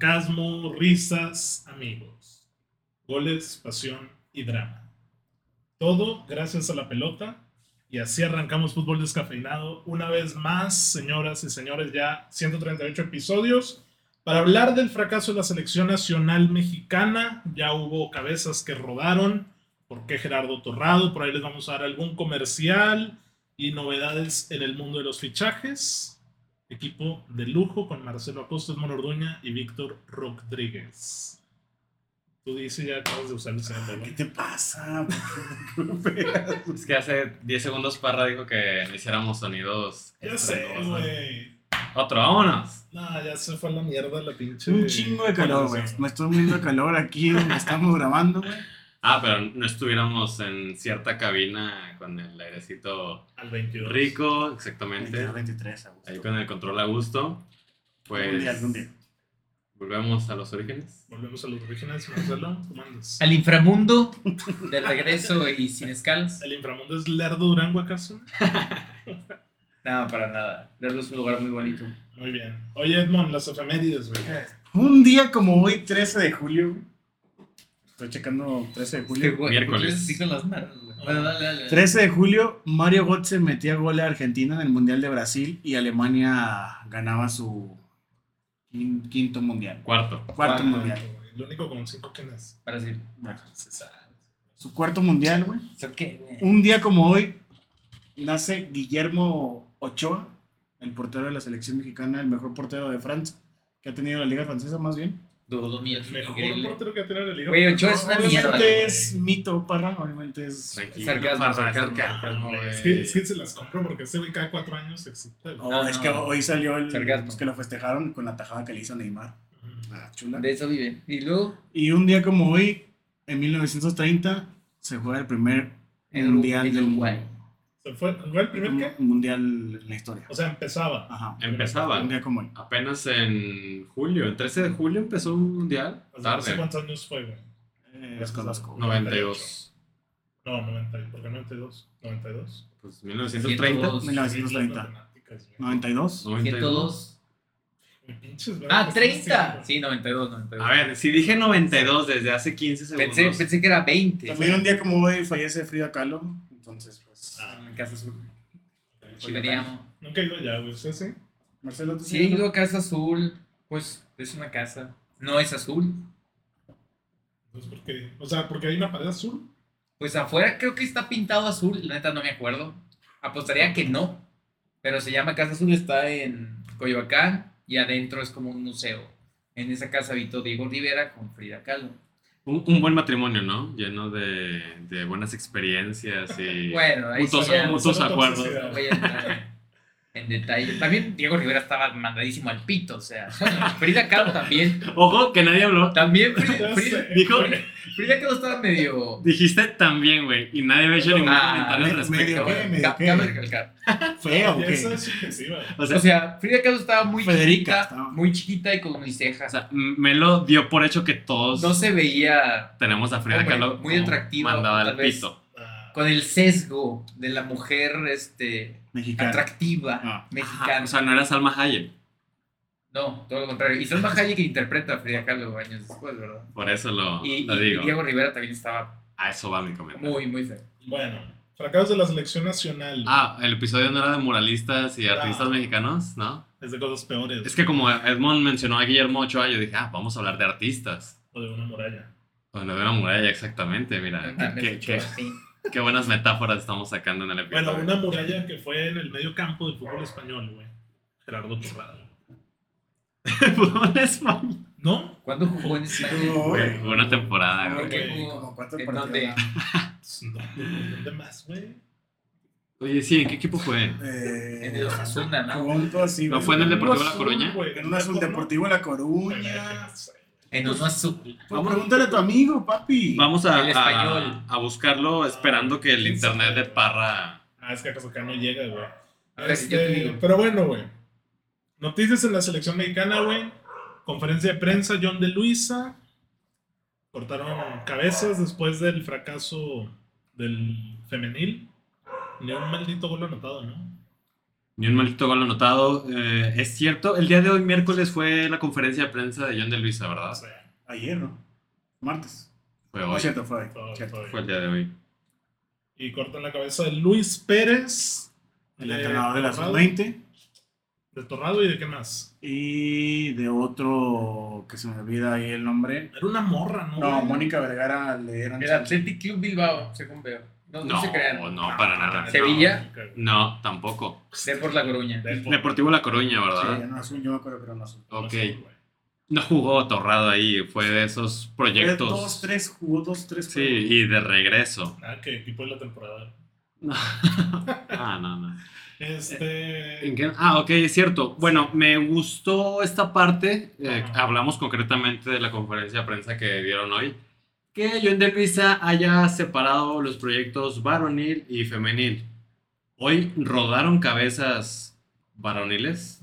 Sarcasmo, risas, amigos. Goles, pasión y drama. Todo gracias a la pelota. Y así arrancamos fútbol descafeinado una vez más, señoras y señores, ya 138 episodios. Para hablar del fracaso de la selección nacional mexicana, ya hubo cabezas que rodaron. ¿Por qué Gerardo Torrado? Por ahí les vamos a dar algún comercial y novedades en el mundo de los fichajes. Equipo de lujo con Marcelo Acosta, Edmond Orduña y Víctor Rodríguez. Tú dices ya acabas de usar el celular. ¿Qué te pasa? ¿Por qué me pegas? Es que hace 10 segundos Parra dijo que le hiciéramos sonidos. Ya sé, estruendosos. güey. Otro, vámonos. No, ya se fue a la mierda la pinche. Un chingo de calor, güey. Me estoy muriendo de calor aquí donde estamos grabando, güey. Ah, pero no estuviéramos en cierta cabina con el airecito Al 22. rico, exactamente. 22, 23 a gusto. Ahí con el control a gusto. Algún día, Pues algún día. volvemos a los orígenes. Volvemos a los orígenes, Marcelo. ¿Cómo andas? Al inframundo, de regreso y sin escalas. ¿El inframundo es Lerdo Durango acaso? No, para nada. Lerdo es un lugar muy bonito. Muy bien. Oye, Edmond, las efemérides, güey. Eh, Un día como hoy, 13 de julio. güey. Estoy checando 13 de julio. Miércoles. Sí, con las manos. güey. Bueno, dale, dale. dale. 13 de julio, Mario Götze metía gol a Argentina en el Mundial de Brasil y Alemania ganaba su quin- quinto mundial. Cuarto. Cuarto Ah, mundial. El único con cinco que es. Para decir. Bueno, su cuarto mundial, güey. ¿Eso qué, güey? Un día como hoy nace Guillermo Ochoa, el portero de la selección mexicana, el mejor portero de Francia, que ha tenido la Liga Francesa más bien. Dudo mi El mejor increíble. portero que tiene la liga. Güey, Ochoa es una Pues mierda. Obviamente es mito, parra, obviamente es... Tranquilo. Sarcasmo, Parra, Ah, sarcasmo. sarcasmo, güey. Es que, es que se las compro porque ese güey cada cuatro años se excita. güey. Oh, No, es no. que hoy salió el... Sarcasmo. pues, que lo festejaron con la tajada que le hizo Neymar. Ah, chula. De eso vive. Y luego, Y un día como hoy, en 1930, se juega el primer en mundial Uruguay. del Uruguay. Se fue, ¿fue el primer qué? mundial en la historia. O sea, empezaba. Ajá. Un Empezaba. día como hoy. Apenas en julio. El 13 de julio empezó un mundial. O sea, no sé Tarde. cuántos años fue, güey. Eh, es Carrasco. 92. No, 90. ¿Por qué 92? 92. Pues 1930. 1930. 92. 92. 102. Ah, 30. Sí, Ah, 92, 92. A ver, si dije 92 desde hace 15 segundos. Pensé, pensé que era 20. También un día como hoy fallece Frida Kahlo. Entonces, pues. Ah, En Casa Azul. Sí, Veníamos. Nunca he ido allá, güey. ¿Usted sí? Marcelo, ¿tú Sí, he ido a Casa Azul. Pues es una casa. No es azul. Entonces, Pues, ¿por qué? O sea, porque hay una pared azul. Pues afuera creo que está pintado azul, la neta no me acuerdo. Apostaría que no. Pero se llama Casa Azul, está en Coyoacán y adentro es como un museo. En esa casa habitó Diego Rivera con Frida Kahlo. Un, un buen matrimonio, ¿no? Lleno de, de buenas experiencias y Bueno, ahí mutuos, sí ya no mutuos Solo acuerdos. toxicidad. voy a entrar en detalle. También Diego Rivera estaba mandadísimo al pito, o sea, bueno, Frida Kahlo también. Ojo, que nadie habló. También Frida, Ya Frida, sé. Dijo, Frida Kahlo estaba medio... dijiste también, güey, y nadie me ha hecho ningún Ah, comentario al me- respecto. medio güey. que, medio Ca- que. cabe recalcar. Feo, Y ¿o Esa qué? es excesiva. güey. O sea, O sea, Frida Kahlo estaba muy Federica chiquita, estaba. muy chiquita y con mis o cejas. sea, me lo dio por hecho que todos No se veía tenemos a Frida Hombre, Kahlo muy como atractiva, mandada al tal vez. pito. Ah, con el sesgo de la mujer este, Mexicano. atractiva Ah. mexicana. Ajá, o sea, no era Salma Hayek. no, todo lo contrario. Y Salma Hayek interpreta a Frida Kahlo años después, ¿verdad? Por eso lo, Y, lo y digo. Diego Rivera también estaba A eso va mi comentario. muy, muy feo. Bueno, fracasos de la selección nacional. Ah, el episodio no era de muralistas y artistas No. mexicanos, ¿no? Es de cosas peores. Es que como Edmond mencionó a Guillermo Ochoa, yo dije, ah, vamos a hablar de artistas. O de una muralla. Bueno, Pues, de una muralla, exactamente, mira. Ah, me qué, qué- escuchó así. qué buenas metáforas estamos sacando en el episodio. Bueno, una muralla que fue en el medio campo del fútbol español, güey. Gerardo Torrado. Fútbol español. ¿No? ¿Cuándo jugó en España? Güey, fue una temporada, Fue güey. que güey. como cuatro ¿En partidos. dónde? Pues, ¿Dónde, dónde más, güey? Oye, sí, ¿en qué equipo fue? Eh, En el Osasuna, ¿no? Jugó un todo así, ¿No güey. fue en el Un Deportivo La azul, Coruña? güey. En un azul Deportivo La Coruña. No sé, güey. En uno azul. Pues pregúntale a tu amigo, papi. Vamos a, El español. a, a buscarlo esperando que el ¿Quién internet sabe? de Parra... Ah, es que acaso acá no llega, güey. A ver, Este, yo te digo. Pero bueno, güey. Noticias en la selección mexicana, güey. Conferencia de prensa, John de Luisa. Cortaron cabezas después del fracaso del femenil. Ni un maldito gol anotado, ¿no? Ni un maldito gol anotado. Eh, es cierto, el día de hoy, miércoles, fue la conferencia de prensa de John de Luisa, ¿verdad? Ah, O sea, Ayer, ¿no? Martes. Fue No, hoy. cierto, fue hoy. todo- cierto. todo Fue el bien. día de hoy. Y cortan la cabeza de Luis Pérez. El de entrenador de la Torrado- sub-20 De Torrado y de qué más. y de otro que se me olvida ahí el nombre. Era una morra, ¿no? No, güey? Mónica Vergara le dieron. El Athletic Club Bilbao, según veo. No, no, No, se crean. no, para nada. Sevilla. No, tampoco. Depor La Coruña. Depo- Deportivo La Coruña, Sí, ¿verdad? no, azul, yo me acuerdo que era un azul. Ok. Azul, güey. No jugó Torrado ahí, fue de esos Fue Dos, proyectos. tres, jugó dos, tres. Sí, juegos. y de regreso. Ah, qué equipo es la temporada. Ah, no, no. Este. ¿En qué? Ah, ok, es cierto. Bueno, me gustó esta parte. eh, Ajá. hablamos concretamente de la conferencia de prensa que dieron hoy. Que John de Luisa haya separado los proyectos varonil y femenil. Hoy rodaron cabezas varoniles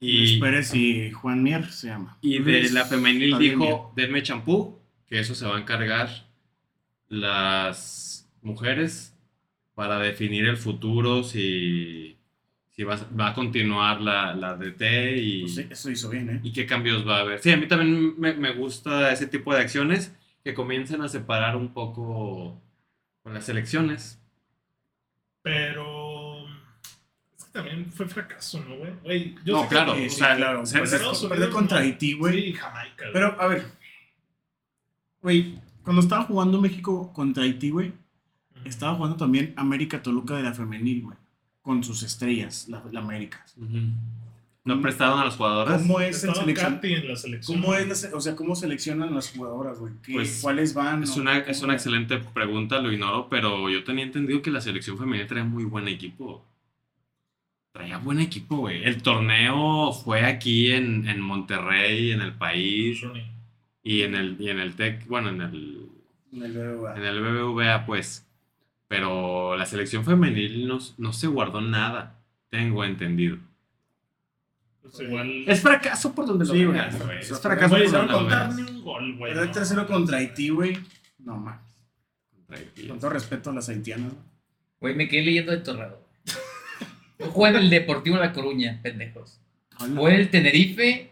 Luis y, Pérez y Juan Mier se llama. y de Luis la femenil también dijo, denme champú, que eso se va a encargar las mujeres para definir el futuro, si, si va, a- va a continuar la, la DT y, Pues sí, eso hizo bien, ¿eh? y qué cambios va a haber. Sí, a mí también me, me gusta ese tipo de acciones que comiencen a separar un poco con las elecciones. Pero. Es que también fue fracaso, ¿no, güey? güey? yo No, sé que- claro, Sí, o eh, sí, sea, claro. se- Perder- se- Estados Unidos, perder contra no. Haití, güey. Sí, Jamaica. güey. ¿eh? Pero, a ver. Güey, cuando estaba jugando México contra Haití, güey, Ujú. estaba jugando también América Toluca de la femenil, güey. Con sus estrellas, la, la América. No prestaron a los jugadores. ¿Cómo es el Estaba selección? Katy en la selección. ¿Cómo es la se- o sea, cómo seleccionan las jugadoras, güey? ¿Qué- Pues, ¿Cuáles van? Es o- una, es cómo? una excelente pregunta, lo ignoro, pero yo tenía entendido que la selección femenina trae muy buen equipo. Traía buen equipo, güey. El torneo fue aquí en, en Monterrey, en el país Rooney. y en el, y en el TEC, bueno, en el, En el BBVA. en el BBVA, pues. Pero la selección femenil no, no se guardó nada, tengo entendido. Pues igual. Es fracaso por donde lo Sí, veas, güey. güey. Es Güey, fracaso no por iban a donde lo contar ni veas. un gol, güey. Perder no. 3-0 contra Haití, güey. No, man. Tranquilo. Con todo respeto a las haitianas, güey. Güey, me quedé leyendo de Torrado. No juega en el Deportivo La Coruña, pendejos. Fue en el Tenerife,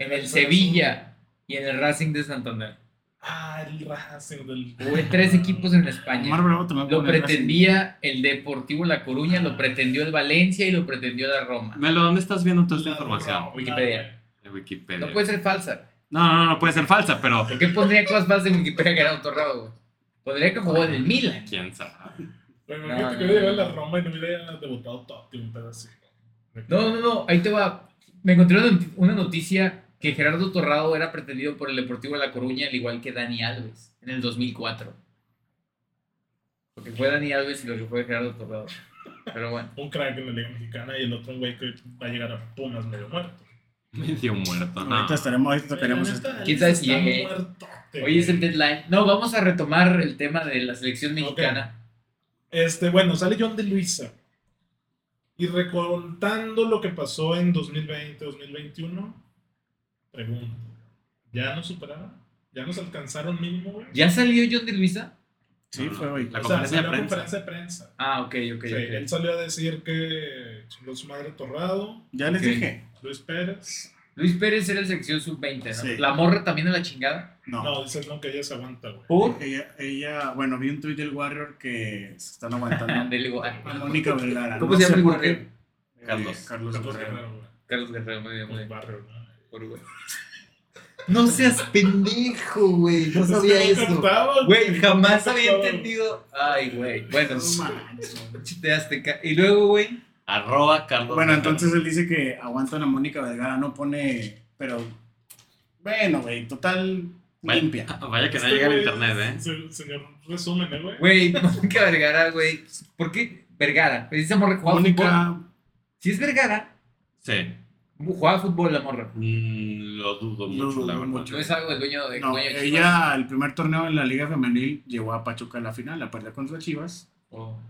en el Sevilla y en el Racing de Santander. Ah, el Racing del. Hubo tres equipos en Omar España. Bravo también Lo pone el pretendía el Deportivo La Coruña, lo pretendió el Valencia y lo pretendió la Roma. Melo, ¿dónde estás viendo toda esta información? Roma, Wikipedia. En Wikipedia. No pues. puede ser falsa. No, no, no puede ser falsa, pero ¿Por qué pondría cosas falsas en Wikipedia que era un torrado, güey? Podría que jugó en el Milan. quién sabe. Güey, No, imagínate que no, hubiera llegado no. a la Roma y no hubiera debutado Totti, un pedo así. No, no, no, ahí te va. Me encontré una noti- una noticia que Gerardo Torrado era pretendido por el Deportivo de La Coruña, al igual que Dani Alves, en el 2004. Porque fue Dani Alves y lo que fue Gerardo Torrado. Pero bueno, Un crack en la Liga Mexicana y el otro, un güey, que va a llegar a Pumas medio muerto. Medio muerto, no. Ahorita estaremos, ahorita tocaremos este. esto. Está- ¿Quién sabe si está llegue? muertote, hoy es el güey. deadline. No, vamos a retomar el tema de la selección mexicana. Este, bueno, sale John de Luisa. Y recontando lo que pasó en 2020-2021, pregunto, ¿ya nos superaron? ¿Ya nos alcanzaron mínimo, güey? ¿Ya salió John de Luisa? Sí, fue hoy. La O sea, conferencia salió de la prensa. conferencia de prensa. Ah, ok, ok. Sí, ok. él salió a decir que chingó su madre Torrado, Ya les Ok. dije. Luis Pérez. Luis Pérez era el sección sub-20, ¿no? Sí. La morra también a la chingada. No. No, dices no, que ella se aguanta, güey. Ella, ella, bueno, vi un tweet del Warrior que se están aguantando. Del igual. A Mónica Vergara. ¿Cómo se llama sé el por Warrior? qué. Eh, Carlos. Carlos Carlos Guerrero. Guerrero, güey. Carlos Guerrero, muy bien, muy Pues bien. barrio, ¿no? Por Uruguay. No seas pendejo, güey. Este No sabía Es que no eso. captaba, Güey, jamás No había captaba. entendido. Ay, güey. Bueno, No manches, güey. chiste azteca. Y luego, güey. Arroba Carlos. Bueno, Guerrero. entonces él dice que aguantan a Mónica Vergara, no pone, pero bueno, güey, total Vaya- limpia. Vaya que no Este llega el güey internet, ¿eh? es el Señor, resumen, ¿eh, güey? Güey, Mónica Vergara, güey. ¿Por qué Vergara? Pues esa morra jugaba fútbol. Mónica, Si es Vergara, Sí. jugaba fútbol la morra. Mm, lo dudo Lo mucho, la dudo verdad. mucho. No es algo del dueño de no, dueño de Chivas. ella el primer torneo en la Liga Femenil llegó a Pachuca a la final, la perdió contra Chivas Oh.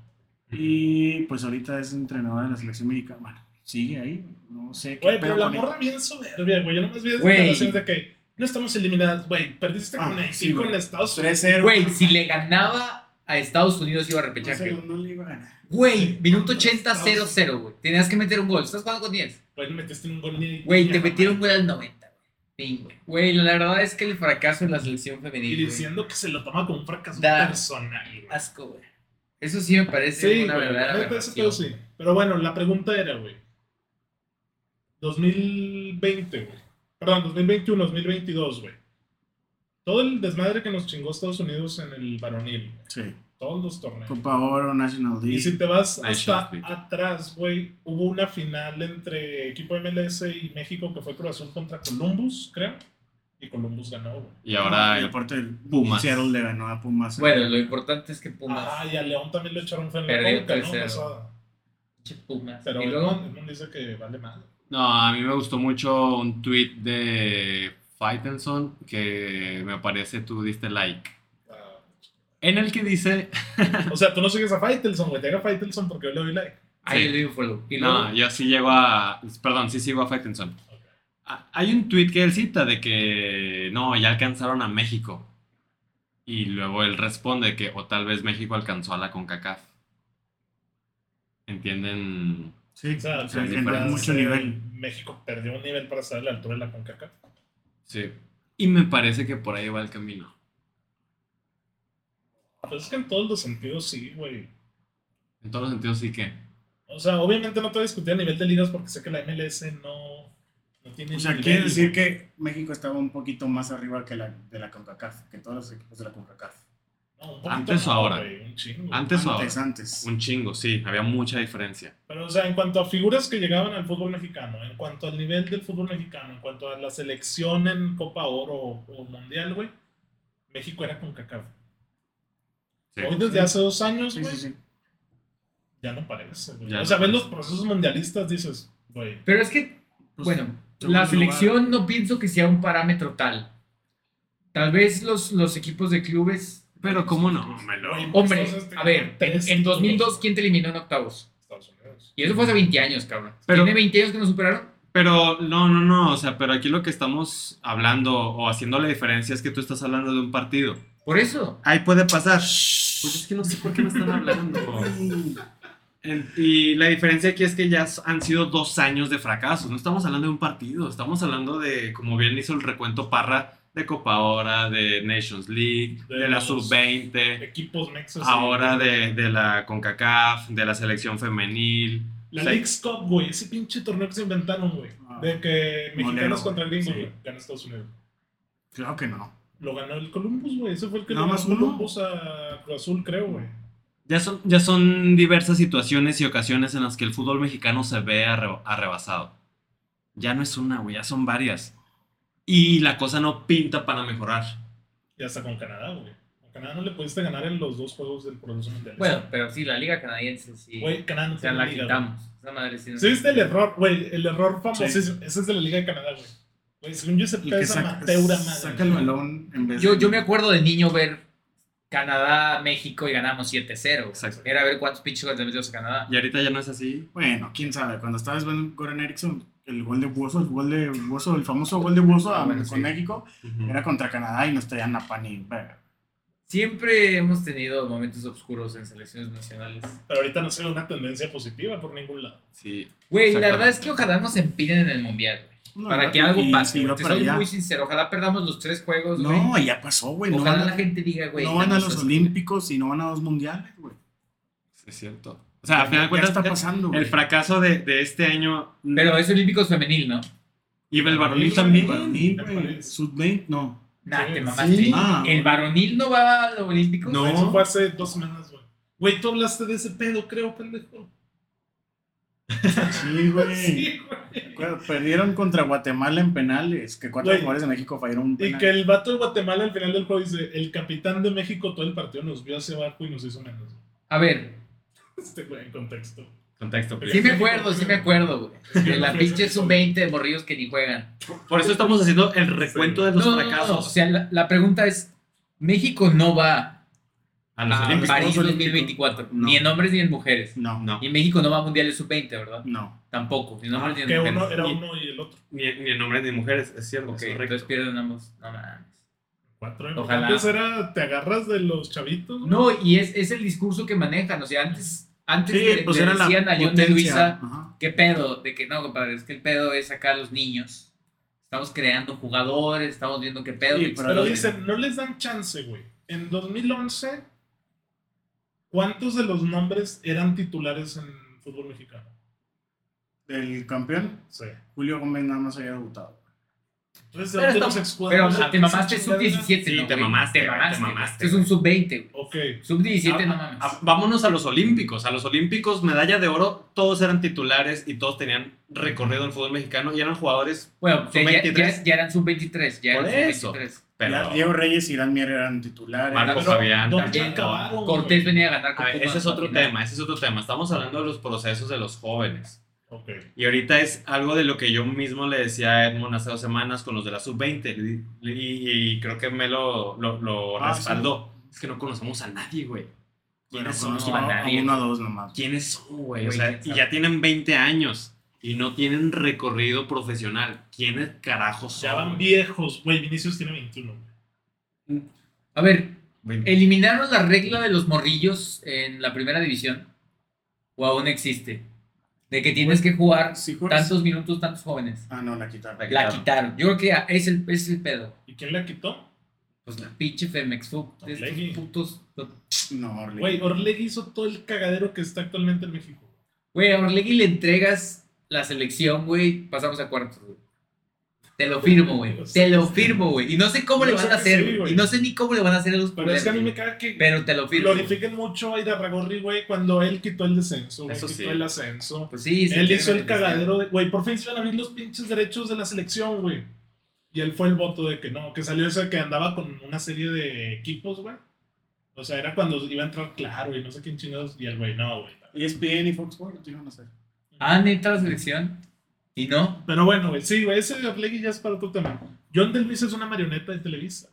y pues ahorita es entrenadora de la selección mexicana. Bueno, sigue ahí, no sé qué Güey, pedo pero la con ella. morra bien soberbia, güey. Yo nomás vi las Güey. declaraciones de que no estamos eliminadas, güey. Perdiste Ah, con Haití, sí, güey. con Estados Unidos. 3-0. Güey, si le ganaba a Estados Unidos iba a No, repechaje. sé, no le iba a ganar. Güey, minuto 80, 0-0, güey. Tenías que meter un gol. Estás jugando con 10. Güey, no metiste un gol ni. Güey, te ni a- metieron gol al 90, güey. Fin, güey. Güey, la verdad es que el fracaso en la selección Y femenil. güey. diciendo que se lo toma como un fracaso Da. personal, güey. Asco, güey. Eso sí me parece Sí, una güey, verdadera. la neta, ese aberración. pedo sí. Pero bueno, la pregunta era, güey. 2020, güey. Perdón, 2021, 2022, güey. Todo el desmadre que nos chingó Estados Unidos en el varonil, güey. Sí. todos los torneos. Copa Oro, National Y League. si te vas Nations hasta League. atrás, güey, hubo una final entre equipo MLS y México que fue Cruz Azul contra Columbus, creo. Y Columbus ganó, güey. Y ahora y el aparte el Pumas. Seattle le ganó a Pumas. Bueno, lo importante es que Pumas. Ah, y a León también le echaron fe en Perdió la boca, ¿no? 3-0. Pasada. pinche Pumas. Pero y el luego, mundo dice que vale más. No, a mí me gustó mucho un tweet de Faitelson que me parece tú diste like. En el que dice. Ah, O sea, tú no sigues a Faitelson, güey. Te a Faitelson porque yo le doy like. ahí Sí. le digo follow. Y luego, No, yo sí llego a. Perdón, sí sigo a Faitelson. A- Hay un tweet que él cita de que no, ya alcanzaron a México. Y luego él responde que o tal vez México alcanzó a la CONCACAF. ¿Entienden? Sí, O sea, o sea, sí, que no pero es diferencia, mucho nivel. México perdió un nivel para estar a la altura de la CONCACAF. Sí. Y me parece que por ahí va el camino. Pues es que en todos los sentidos sí, güey. En todos los sentidos sí que. O sea, obviamente no te voy a discutir a nivel de ligas porque sé que la MLS no, no tiene O sea, nivel, quiere decir güey. que México estaba un poquito más arriba que la de la CONCACAF, que todos los equipos de la CONCACAF. No, un poquito ¿Antes o no, ahora? güey, un chingo. Antes o ahora. antes, antes. Un chingo, sí, había mucha diferencia. Pero, o sea, en cuanto a figuras que llegaban al fútbol mexicano, en cuanto al nivel del fútbol mexicano, en cuanto a la selección en Copa Oro o, o Mundial, güey, México era CONCACAF. Sí. Hoy desde hace dos años, Sí, güey, sí, sí. ya no parece. güey. Ya o no sea, ves parece. los procesos mundialistas, dices, güey, Pero es que, Pues, bueno, segundo la selección no pienso que sea un parámetro tal. Tal vez los, los equipos de clubes. Pero cómo no, Melo. Güey, Hombre, Entonces, a ver, tres en, en títulos. 2002, ¿quién te eliminó en octavos? Estados Unidos. Y eso fue hace 20 años, cabrón. Pero- ¿Tiene 20 años que nos superaron? Pero no, no, no, o sea, pero aquí lo que estamos hablando o haciendo la diferencia es que tú estás hablando de un partido. Por eso. Ahí puede pasar. Pues es que no sé por qué me están hablando. En- Y la diferencia aquí es que ya han sido dos años de fracaso. No estamos hablando de un partido, estamos hablando de, como bien hizo el recuento Parra, de Copa Hora, de Nations League, de, De la los- Sub-20, Equipos mexos. y- ahora de, de la CONCACAF, de la selección femenil. La O sea, League's Cup, güey. Ese pinche torneo que se inventaron, güey. Ah. De que mexicanos Molero, contra gringos, sí. güey. Ganó Estados Unidos. Claro que no. Lo ganó el Columbus, güey. Ese fue el que Nada le más ganó uno. Columbus a Cruz Azul, creo, güey. Ya son, ya son diversas situaciones y ocasiones en las que el fútbol mexicano se ve arre- arrebasado. Ya no es una, güey, ya son varias. Y la cosa no pinta para mejorar. Y hasta con Canadá, güey. A Canadá no le pudiste ganar en los dos juegos del proceso mundial. Bueno, pero sí, la Liga Canadiense sí. güey, Canadá no o sea, tiene la liga, quitamos. Esa madre sí. güey. no- ¿Sí viste el error, güey? El error famosísimo. Ese es de la Liga de Canadá, güey. Güey, según yo se El pega que esa saca, mateura madre. saca el balón en vez Yo, de- yo me acuerdo de niño ver Canadá, México y ganamos 7-0. Exacto. Era ver cuántos pinches goles le metimos a Canadá. Y ahorita ya no es así. Bueno, quién sabe. Cuando estabas viendo Goran Erickson, el gol de Buoso, el gol de Buoso, el famoso gol de Buoso Ah, a- bueno, con sí. México, era contra Canadá y nos traían a pan y verga. Siempre hemos tenido momentos oscuros en selecciones nacionales. Pero ahorita no se ve una tendencia positiva por ningún lado. Sí. Güey, la Exactamente. verdad es que ojalá nos empinen en el mundial. güey, No, para no, que algo y pase. si iba güey. Te para soy allá. muy sincero. Ojalá perdamos los tres juegos. No, güey. ya pasó, güey. No, Ojalá van la a- gente diga, güey. no van a ganamos los los- Olímpicos y no van a los Mundiales, güey. Es cierto. O sea, a final de Ya está cuentas, pasando, el güey. fracaso de, de este año Pero es Olímpicos femenil, ¿no? y el varonil Sí, también. Varonil, Me güey. parece. Sub-20, no. Nah, Sí, te mamaste. sí. Ah, ¿El varonil no va a los Olímpicos? No. Eso fue hace dos semanas, güey. Güey, tú hablaste de ese pedo, creo, pendejo. sí, güey. Sí, güey. Cu- Perdieron contra Guatemala en penales, que cuatro Güey. jugadores de México fallaron un Y penal. que el vato de Guatemala al final del juego dice, el capitán de México todo el partido nos vio hacia abajo y nos hizo menos. A ver, Este güey en contexto. Contexto, please. sí me acuerdo, sí me acuerdo, güey. De la pinche es un sub-20 de morrillos que ni juegan. Por eso estamos haciendo el recuento de los No, no, no, fracasos no, O sea, la, la pregunta es: México no va a los a olímpicos. París Olímpicos. 2024, No. ni en hombres ni en mujeres. No, No, Y México no va a mundiales sub-20, ¿verdad? no. Tampoco, ni en hombres ni en Que mujeres. Ah, uno era Y- uno y el otro. ni, ni en hombres ni mujeres, es cierto. Ok, es correcto. entonces pierden ambos. No mames. Cuatro M. Ojalá. Antes era, te agarras de los chavitos. güey. No, y es, es el discurso que manejan. O sea, antes, antes Sí, le, pues le era la decían a John de potencia. Luisa, Ajá. ¿qué pedo? De que no, compadre, es que el pedo es acá a los niños. Estamos creando jugadores, estamos viendo qué pedo. Sí, que pero Pero exploten". dicen, no les dan chance, güey. En 2011, ¿cuántos de los nombres eran titulares en fútbol mexicano? El campeón, Sí. Julio Gómez, nada más había debutado. Entonces, ¿de Pero dónde nos está- Pero expulsamos? o sea, te mamaste sub-17, Sí, ¿no, te güey? mamaste, Te güey, mamaste. te mamaste, Esto es un sub-20, Ok. güey. Sub-17, A- no a- mames. a- Ah, vámonos a los olímpicos. A los olímpicos, medalla de oro, todos eran titulares y todos tenían recorrido en el fútbol mexicano y eran jugadores, Bueno, ya- ya, sub-23. ya eran sub-23, ya Por eran eso. sub-23. Ya pero Diego Reyes y Dan Mier eran titulares. Marco Pero, Fabián. ¿dónde también. acabaron, Cortés güey? venía a ganar Ah, A con ver, Pumas ese es al otro final. tema, ese es otro tema. Estamos hablando de los procesos de los jóvenes. Ok. Y ahorita es algo de lo que yo mismo le decía a Edmond hace dos semanas con los de la sub-20. le- le- Y, y creo que me lo, lo, lo Ah, sí. respaldó. Es que no conocemos a nadie, güey. Bueno, ¿Quiénes son? conozco a a nadie. uno a dos nomás. ¿Quiénes son, güey? O Güey, sea, quién y sabe. ya tienen 20 años y no tienen recorrido profesional. ¿Quiénes carajos son? Ya van güey? viejos, güey. Vinicius tiene 21. güey. A ver, Veinte. ¿eliminaron la regla de los morrillos en la primera división? ¿O aún existe? De que tienes que jugar Sí, juegas. tantos minutos, tantos jóvenes. Ah, no, la quitaron. La La quitaron. Yo creo que ah, es el, es el pedo. ¿Y quién la quitó? Pues la pinche Femex Food, de Orlegui. estos putos. No, Orlegui. Güey, Orlegui hizo todo el cagadero que está actualmente en México. Güey, a Orlegui le entregas la selección, güey. Pasamos a cuartos, güey. Te lo firmo, güey. Te lo firmo, güey. Y no sé cómo Yo le sé van a que sí, hacer, güey. güey. Y no sé ni cómo le van a hacer a los Pero es que a mí me culeros, caga que güey. Pero te lo firmo. güey. glorifiquen mucho a Irarragorri, güey, cuando él quitó el descenso, güey, Eso quitó sí. el ascenso. Pues sí, se él quiere hizo el beneficiar. cagadero de, güey, por fin se iban a abrir los pinches derechos de la selección, güey. Y él fue el voto de que no, que salió eso de que andaba con una serie de equipos, güey. O sea, era cuando iba a entrar claro y no sé quién chingados. Y el güey, no, güey. ESPN y Fox Sports lo iban a hacer. Ah, neta la selección. Y no. Pero bueno, güey, sí, güey, ese de Orlegui ya es para otro tema. John Del Luis es una marioneta de Televisa.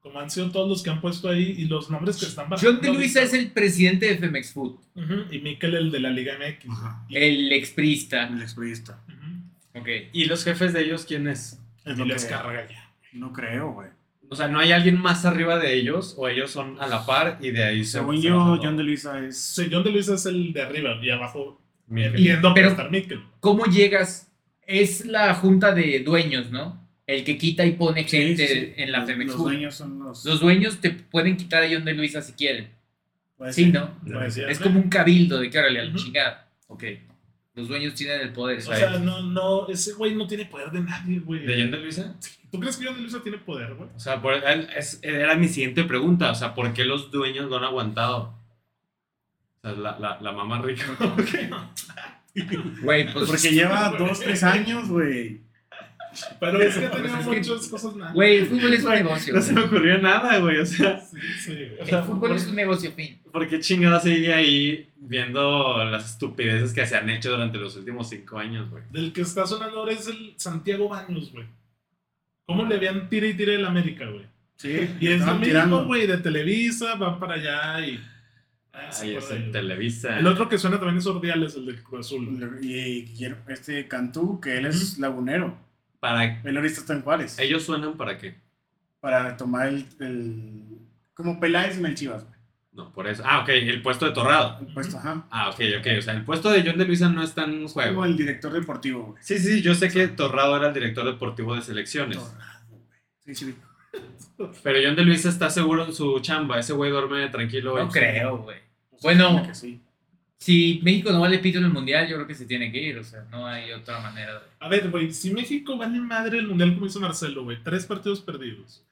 Como han sido todos los que han puesto ahí y los nombres que están bajando. John de Luisa es el presidente de Femex Food, Ujú, Y Mikel, el de la Liga MX. Ajá. el exprista. El exprista. Ujú. Ok. ¿Y los jefes de ellos quiénes? Es Y lo les que- carga ya. No creo, güey. O sea, ¿no hay alguien más arriba de ellos o ellos son a la par y de ahí se Según se yo, van a- John de Luisa es. Sí, John de Luis es el de arriba y abajo Mira, Y- viendo pero- estar Mikel. ¿Cómo llegas? Es la junta de dueños, ¿no? El que quita y pone gente Sí, sí, sí. en la Los- Femex Los Food. dueños son los. Los dueños te pueden quitar a John de Luisa si quieren. Puede Sí, ser. ¿no? Lo decía, Es ¿no? como un cabildo de que órale a la Ujú. chingada. Ok. Los dueños tienen el poder. O sea, no, no, ese güey no tiene poder de nadie, güey. ¿De John de Luisa? ¿Tú crees que John de Luisa tiene poder, güey? O sea, por- es- era mi siguiente pregunta. O sea, ¿por qué los dueños lo han aguantado? O sea, la, la, la mamá rica. Güey, pues. Porque lleva dos, tres años, güey. Pero es que ha tenido Pues es que- muchas cosas nada. Güey, el fútbol es un negocio. No se me güey. ocurrió nada, güey. O sea, Sí, sí, güey. El fútbol es un negocio, fin. ¿Por qué chingados seguí ahí viendo las estupideces que se han hecho durante los últimos cinco años, güey? Del que está sonando ahora es el Santiago Baños, güey. ¿Cómo le habían tire y tire el América, güey? Sí. Y es lo estaban mismo, tirando. güey, de Televisa, van para allá y. Ah, se Ahí es acuerda en yo. Televisa. El otro que suena también es Ordiales, el del Cruz Azul. güey. Y Guillermo- este Cantú, que él es lagunero. ¿Para Él ahorita está en Juárez. ¿Ellos suenan para qué? Para tomar el. el- como Peláez en el Chivas, güey. No, por eso. Ah, ok, el puesto de Torrado. El puesto, ajá. Ah, ok, ok. O sea, el puesto de John de Luisa no está en Como juego. el director deportivo, güey. Sí, sí, yo sé que Torrado era el director deportivo de selecciones. Torrado, güey. Sí, sí. Pero John de Luisa está seguro en su chamba. Ese güey duerme tranquilo. No güey. creo, güey. Bueno. Que pues, sí. Si México no vale pito en el mundial, yo creo que se tiene que ir. O sea, no hay otra manera de. A ver, güey, si México vale madre el mundial como hizo Marcelo, güey, tres partidos perdidos.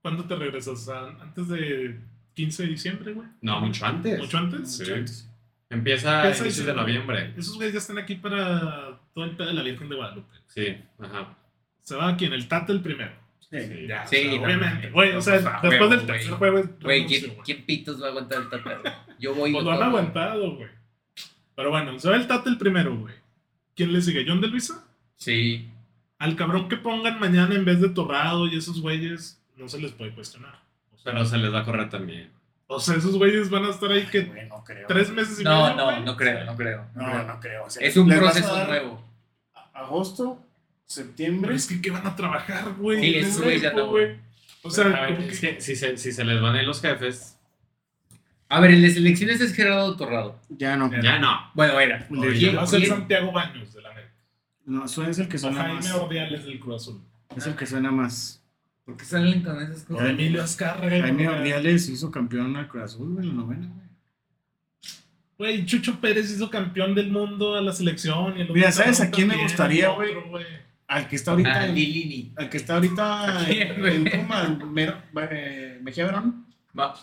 ¿Cuándo te regresas? ¿A- ¿Antes de 15 de diciembre, güey? No, mucho antes. ¿Mucho antes? Sí. Mucho antes. Empieza a Empieza inicios de diciembre. noviembre. Esos güeyes ya están aquí para todo el pedo de la Virgen de Guadalupe. Sí, ajá. Se va aquí en el Tata el primero. Sí. Ya, Sí, o sea, no, obviamente. no, Güey, no, o sea, no, no, después huevo, del tercer güey. juego es Güey, renuncio, ¿quién, quién pitos va a aguantar el tata? güey? Yo voy. y Pues lo lo han corro. aguantado, güey. Pero bueno, se va el Tata el primero, güey. ¿Quién le sigue? ¿John de Luisa? Sí. Al cabrón que pongan mañana en vez de Torrado y esos güeyes, no se les puede cuestionar. O sea, Pero se les va a correr también. o sea, esos güeyes van a estar ahí que Güey, no creo. tres meses y No, medio, no, güey. no creo, no creo. no No, creo. no creo. O sea, Es un les vas a proceso dar nuevo. Agosto, Pero septiembre. es que, ¿qué van a trabajar, güey? Sí, En esos ese güeyes ya tiempo, no, güey. O sea, A ver, como es que- que si se, si se les van a ir los jefes, A ver, en las elecciones es Gerardo Torrado. Ya no. Ya. ya no. Bueno, era. Le Oye, ¿Quién- va a ser quién- Santiago Baños de la América. No, suena es el que O suena Jaime más. Ordiales del Cruz Azul. Es el que suena más. ¿Por qué salen con esas O cosas? Emilio Azcárraga. Jaime güey. Ordiales hizo campeón al Cruz Azul güey, en la novena. güey. Güey, Chucho Pérez hizo campeón del mundo a la selección. y el otro Mira, ¿sabes a cabrón quién me también, gustaría, el güey? otro, Al que está ahorita. Ah, en- Lilini. al que está ahorita ¿Quién, en, güey? en Pumas, Mer- eh, Mejía Verón. Va.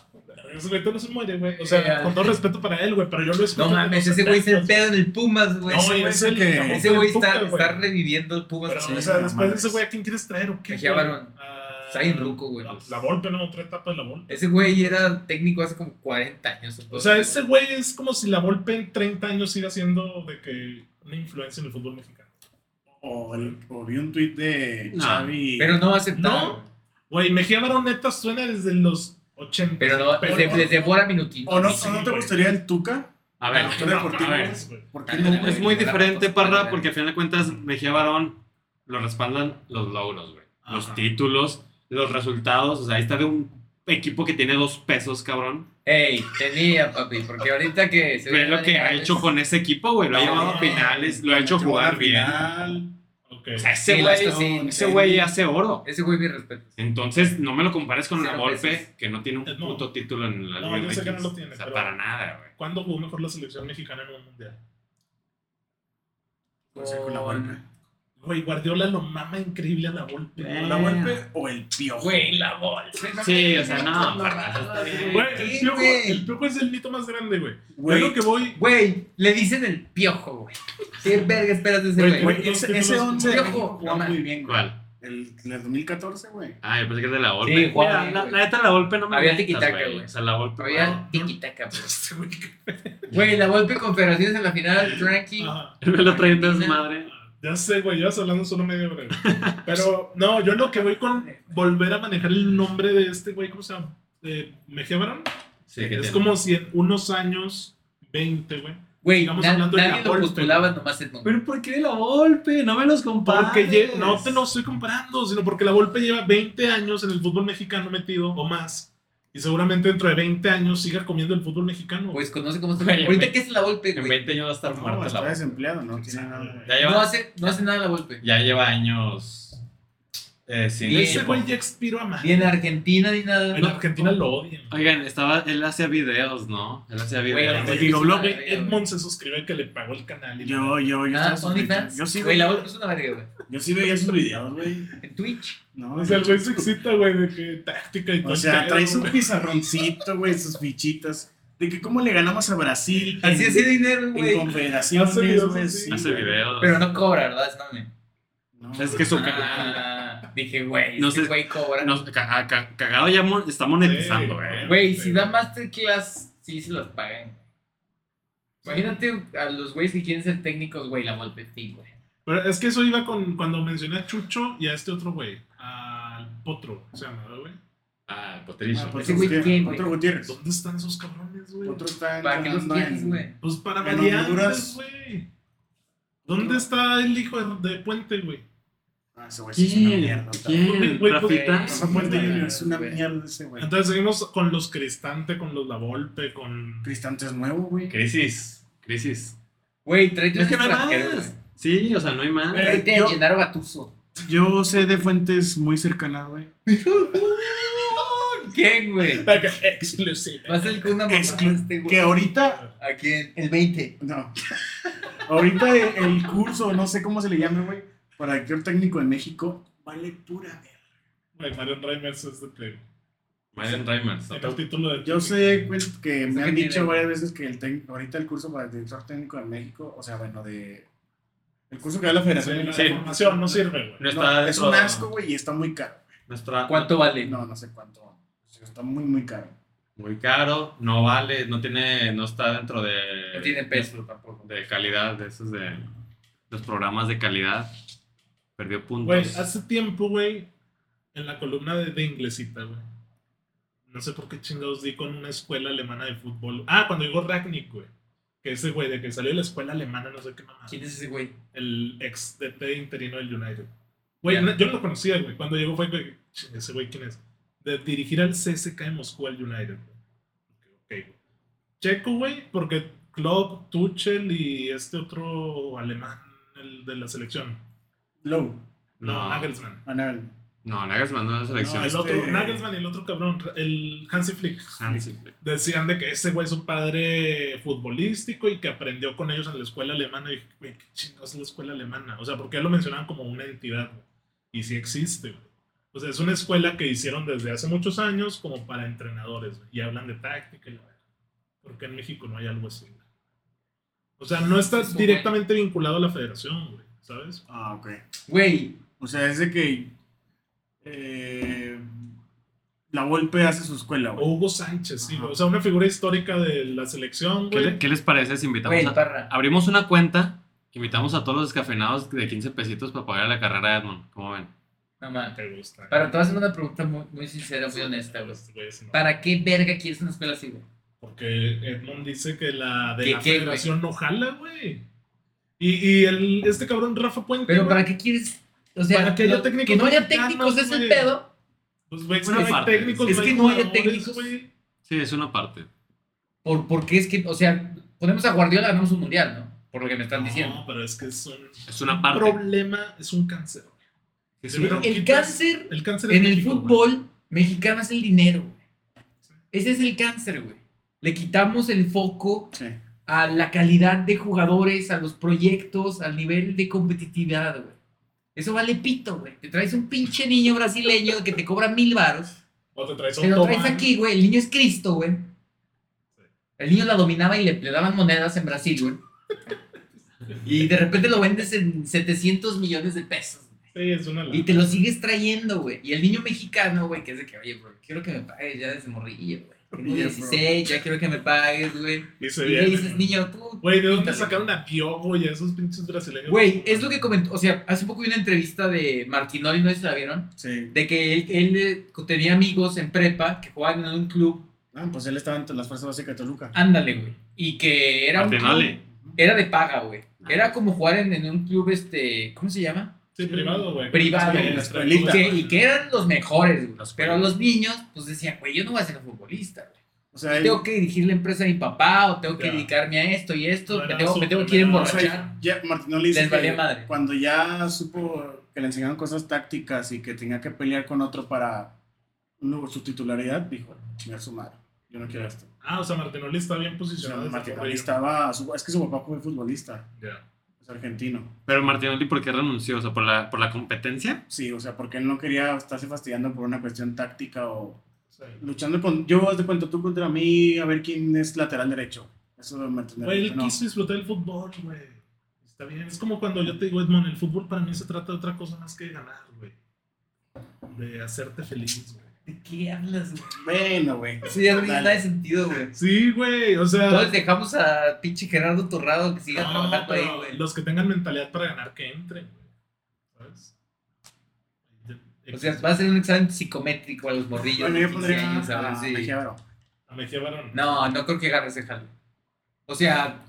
Ese güey todo no se muere, güey. O sea, Eh, con todo respeto para él, güey, pero yo lo escucho. No mames, como ese güey es el setenta, pedo en el Pumas, güey. No, Ese y güey- es el que- cabrón ese del güey Tuca, está, güey. está reviviendo el Pumas. Pero, Sí, o sea, no después mames. de ese güey, ¿a quién quieres traer o qué? Mejía güey? Barón. Ah, Está bien ruco, güey. pues. La, la Volpe, ¿no? Otra etapa de la Volpe. Ese güey era técnico hace como 40 años. O sea, ese güey es como si la Volpe en 30 años siga siendo de que una influencia en el fútbol mexicano. O, el- o vi un tuit de No, Xavi. Pero no aceptaba. No. Güey, Mejía Barón neta suena desde los 80. Pero no, desde, desde fuera minutito. ¿O no, Sí, o no te güey. gustaría el Tuca? A ver, Doctor no, deportivo, a ver. güey. ¿Por qué Ándale, no? güey. Es muy la diferente, foto, Parra, ándale. porque al final de cuentas Mejía Barón lo respaldan los logros, güey. Los Ajá. títulos, los resultados. O sea, ahí está de un equipo que tiene dos pesos, cabrón. Ey, tenía, papi, porque ahorita que se Ve lo que ha hecho con ese equipo, güey. Lo ha No, llevado a finales, lo ha hecho Llegó a la jugar bien. final. Ok. O sea, Sí, ese la güey está- sí, ese güey hace oro. Ese güey, mi respeto. Entonces, no me lo compares con la Cero pesos. Volpe, que no tiene un No. puto título en la No, Liga yo sé que no MX. lo tiene, O sea, pero- para nada, güey. ¿Cuándo jugó mejor la selección mexicana en un mundial? O sea, con la Volpe. Güey, Guardiola lo mama increíble a la Volpe. Eh. ¿Con la Volpe o el Piojo? Güey, la bolsa. Sí, o sea, no, Parra, eso está bien. Güey, el Sí, Piojo- güey. el Piojo es el mito más grande, güey. Yo Güey, lo que voy. Güey, le dicen el piojo, güey. ¿Qué verga esperas de ese güey, güey? güey, ese, Piojo, ese Piojo, 11 de Piojo, México jugaba mamá. muy bien, güey. ¿Cuál? El, el 2014, güey. Ah, yo pensé que era de la Volpe. Sí, Juan, Mira, la, güey. la neta, la Volpe no me Había metas, tiquitaca, güey. O sea, la Volpe. Había tiquitaca, Este güey. Güey, la golpe con federaciones en la final, tranqui. Ajá. Él me lo traía en desmadre. Ya sé, güey, llevas hablando solo medio breve. Pero no, yo lo que voy con volver a manejar el nombre de este güey, ¿cómo se llama? Eh, Mejía Barón. Sí, que es tiene. como si en unos años, 20, güey. Güey, Sigamos na- hablando de nadie la lo Volpe. postulaba nomás el nombre. Pero ¿por qué de la Volpe? No me los compares. Porque lle- no te lo estoy comparando, sino porque la Volpe lleva 20 años en el fútbol mexicano metido o más. Y seguramente dentro de 20 años siga comiendo el fútbol mexicano. güey. Pues conoce cómo se Güey, Ahorita, en ¿qué es la golpe, En güey? 20 años va a estar No, muerta la está Volpe. desempleado, no tiene nada, güey. Ya No lleva, hace, no hace nada la golpe. ya lleva años. eh, sin Y ese equipo. güey ya expiró a más. Ni en Argentina ni nada. Ah, En Argentina lo odian. güey. Oigan, estaba, él hacía videos, ¿no? Él hacía Güey, videos. El güey, videoblog, es una verga, Edmond se suscribe que le pagó el canal. Y Yo, yo, yo Ah, estaba suscrito. OnlyFans. Yo sí, Güey, la veía, golpe es una verga, güey. yo sí veía sus videos, güey. En Twitch. No, O sea, el güey se excita, güey, de que táctica y todo. O el sea, pedo, trae su güey. pizarroncito, güey, sus fichitas. De que cómo le ganamos a Brasil Así en, así de dinero, en güey. confederaciones, Hace videos güey. así. sí, Hace güey. videos. Pero no cobra, ¿verdad? Es mame. No, Es que su canal. Ah, dije, güey, No este sé- güey cobra. no, ca- ah, ca- cagado ya mon- está monetizando, eh. Sí, güey. Güey, Sí, si güey. da masterclass, sí se los pagan. Imagínate a los güeyes que quieren ser técnicos, güey, la golpe, sí, güey. Pero es que eso iba con cuando mencioné a Chucho y a este otro güey. Al Potro, se llama, ¿verdad, güey. Ah, Ah, potrillo. Potro Ese güey, ¿quién, Gutiérrez. güey? Otro Gutiérrez. ¿Dónde están esos cabrones, güey? Otro está ¿Para qué los entrenando quieres, en- güey? Pues para En variantes, Honduras. güey. ¿Dónde está el hijo de, de Puente, güey? Ah, ese güey sí es una ¿Quién? mierda. ¿Quién? Güey, ¿Rafita? güey. Rafa Puente Sí, Junior güey. es una mierda ese güey. Entonces seguimos con los Cristante, con los La Volpe, con. Cristante es nuevo, güey. Crisis. Crisis. Güey, trae No tres es que no hay extranjeros, más. güey. Sí, o sea, no hay más. Eh, Tráete a yo- Gennaro Gattuso. Yo sé de fuentes muy cercanas, güey. ¿Quién, güey? Va eh, Exclusiva. a ser con una mamá Exclu- este, güey. Que ahorita. ¿A quién? El 20. No. ahorita el- el curso, no sé cómo se le llame, güey. Para actor técnico de México. Vale pura verga. Güey, Marion Reimers es de play. Madden Reimers. Era el título de. Yo sé güey, que Sé me que han dicho tiene- varias veces que el técnico, ahorita el curso para el director técnico de México, o sea, bueno, de. El curso que da la Sí, Federación. la Sí. formación no sirve, güey. No No, está es dentro- un asco, güey, y está muy caro. No está ¿Cuánto vale? No, no sé cuánto. O sea, Está muy, muy caro. muy caro, no vale, no tiene, no está dentro de. No tiene peso tampoco. De calidad, de esos de. Los programas de calidad. Perdió Güey, puntos. hace tiempo, güey, en la columna de, de inglesita, güey. No sé por qué chingados di con una escuela alemana de fútbol. Ah, cuando digo Ragnick, güey. Que ese güey de que salió de la escuela alemana, no sé qué mamá. ¿Quién es ese güey? El ex DT interino del United. Güey, Ya. na- yo no lo conocía, güey. Cuando llegó fue, güey, "Chin, ese güey, ¿quién es? de dirigir al CSK Moscú al United. güey. Ok, güey. Checo, güey, porque Klopp, Tuchel y este otro alemán el de la selección. Low, No, No. Nagelsmann. anal. No, Nagelsmann no es la selección. No, El Este- otro, Nagelsmann y el otro cabrón, el Hansi Flick. Hansi. Decían de que ese güey es un padre futbolístico y que aprendió con ellos en la escuela alemana. Y dije, güey, qué chingados es la escuela alemana. O sea, porque lo mencionaban como una entidad. güey. Y sí existe, güey. O sea, es una escuela que hicieron desde hace muchos años como para entrenadores. güey, Y hablan de táctica y la verdad. Porque en México no hay algo así. güey. O sea, no está Eso, güey. directamente vinculado a la federación, güey. ¿Sabes? Ah, ok. Güey, O sea, es de que eh, la Volpe hace su escuela, O Oh. güey. Hugo Sánchez, sí, Ajá. güey. O sea, una figura histórica de la selección, ¿Qué, güey. le- qué les parece si invitamos güey, a... parra. Abrimos una cuenta, invitamos a todos los descafeinados de 15 pesitos para pagar la carrera de Edmond, como ven. No mames. Te gusta. Para te voy a hacer una pregunta muy, muy sincera, muy honesta, güey. Este güey es no. ¿Para qué verga quieres una escuela así, güey? Porque Edmond dice que la de ¿Qué, la qué, güey? federación no jala, güey. Y, y el, este cabrón Rafa Puente. Pero güey, ¿para qué quieres? O sea, Para que haya no- técnicos que no haya mexicanos, técnicos es el güey. pedo. pues, güey, Una no hay parte. técnicos, Es no que hay no haya jugadores, técnicos. güey. Sí, es una parte. Por, porque es que, o sea, ponemos a Guardiola, ganamos un mundial, ¿no? Por lo que me están diciendo. No, pero es que es un Es una parte. problema, es un cáncer. güey. Es Pero- una- El quitas- cáncer El cáncer En de el México, güey. fútbol mexicano es el dinero. güey. Ese es el cáncer, güey. Le quitamos el foco Sí. a la calidad de jugadores, a los proyectos, al nivel de competitividad, güey. Eso vale pito, güey. Te traes un pinche niño brasileño que te cobra mil varos. O te traes a Te lo un traes Tobán, aquí, güey. El niño es Cristo, güey. El niño la dominaba y le, le daban monedas en Brasil, güey. Y de repente lo vendes en 700 millones de pesos. Sí, es una lana. Y te lo sigues trayendo, güey. Y el niño mexicano, güey, que es de que, oye, bro, quiero que me pagues ya desde morrillo, güey. Tengo Oye, bro. 16, ya quiero que me pagues, güey. Y se Y viene, le dices, güey. niño, tú. Güey, ¿de dónde píntale". sacaron a Piojo y a esos pinches brasileños? Güey, es lo que comentó. O sea, hace poco vi una entrevista de Martinoli, no sé si la vieron. Sí. De que él, él, eh, tenía amigos en prepa que jugaban en un club. Ah, pues él estaba en las fuerzas básicas de Toluca. Ándale, güey. Y que era un Martinoli. club- Era de paga, güey. Era como jugar en, en un club, este. ¿Cómo se llama? Sí, privado, güey. Privado, Sí, en la sí, Y escuelita. que, y que eran los mejores, güey. Los Pero mejores. los niños, pues decían, güey, yo no voy a ser futbolista, güey. O sea, él- Tengo que dirigir la empresa de mi papá, o tengo que Ya. dedicarme a esto y esto, No me era tengo, su me tengo que ir a primera- o sea, emborrachar. ya Martinoli dice Les valía que madre. cuando ya supo que le enseñaban cosas tácticas y que tenía que pelear con otro para no, su titularidad, dijo, chingar su madre, yo no quiero esto. Ah, o sea, Martinoli está bien O sea, posicionado. desde Martinoli morrillo. estaba, su- es que su papá fue futbolista, Ya. es argentino. Pero Martinoli, ¿por qué renunció? O sea, por la, por la competencia. Sí, o sea, porque él no quería estarse fastidiando por una cuestión táctica o Sí. luchando con, yo haz de cuenta tú contra mí, a ver quién es lateral derecho. Eso de Martinoli. Güey, él no. quiso disfrutar el fútbol, güey. Está bien. Es como cuando yo te digo, Edmond, el fútbol para mí se trata de otra cosa más que ganar, güey. De hacerte feliz, güey. ¿De qué hablas, güey? Bueno, güey. Eso ya no tiene Dale. nada de sentido, güey. Sí, güey. O sea, Entonces dejamos a pinche Gerardo Torrado que siga no, trabajando ahí, pero güey. los que tengan mentalidad para ganar, que entren, güey. ¿Sabes? O sea, va a ser un examen psicométrico a los morrillos. Bueno, de yo ah, 15 pondría años, a ver a si- Mejía Barón. A Mejía Barón. No, no creo que agarre ese jalo. O sea,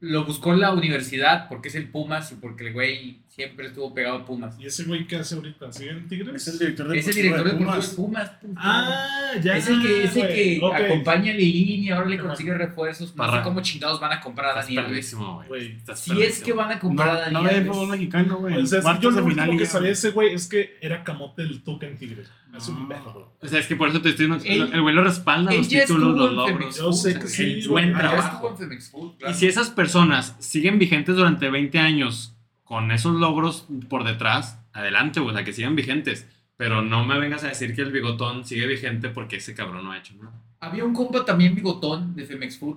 lo buscó en la universidad porque es el Pumas y porque el güey siempre estuvo pegado a Pumas. ¿Y ese güey qué hace ahorita? ¿Sigue en Tigres? Es el director de Es el director de Pumas. pues, Pumas. Pumas puto. Ah, ya. es el que, es el güey. que Ok. acompaña a Lilini, ahora le Ajá. consigue refuerzos. No Parra. sé cómo chingados van a comprar a Estás Daniel. Alves. perdidísimo, güey. Güey, Estás Si es que perdidísimo. van a comprar a No, no Daniel. de Alves. fútbol mexicano, güey. O sea, es que yo Cuartos lo de único final que Liga, sabía de güey. ese güey es que era camote del Tuca en Tigres. Es un No. perro, güey. O sea, es que por eso te estoy diciendo que Él- el güey lo respalda, él los ya títulos, estuvo los en logros. Femex Yo sé Food, que güey. sí, el güey. Ah, buen Ya trabajo. estuvo en Femex Food, claro. Y si esas personas siguen vigentes durante 20 años con esos logros por detrás, adelante, güey, o sea, que sigan vigentes. Pero no me vengas a decir que el bigotón sigue vigente porque ese cabrón no ha hecho nada. Había un compa también bigotón de Femex Food.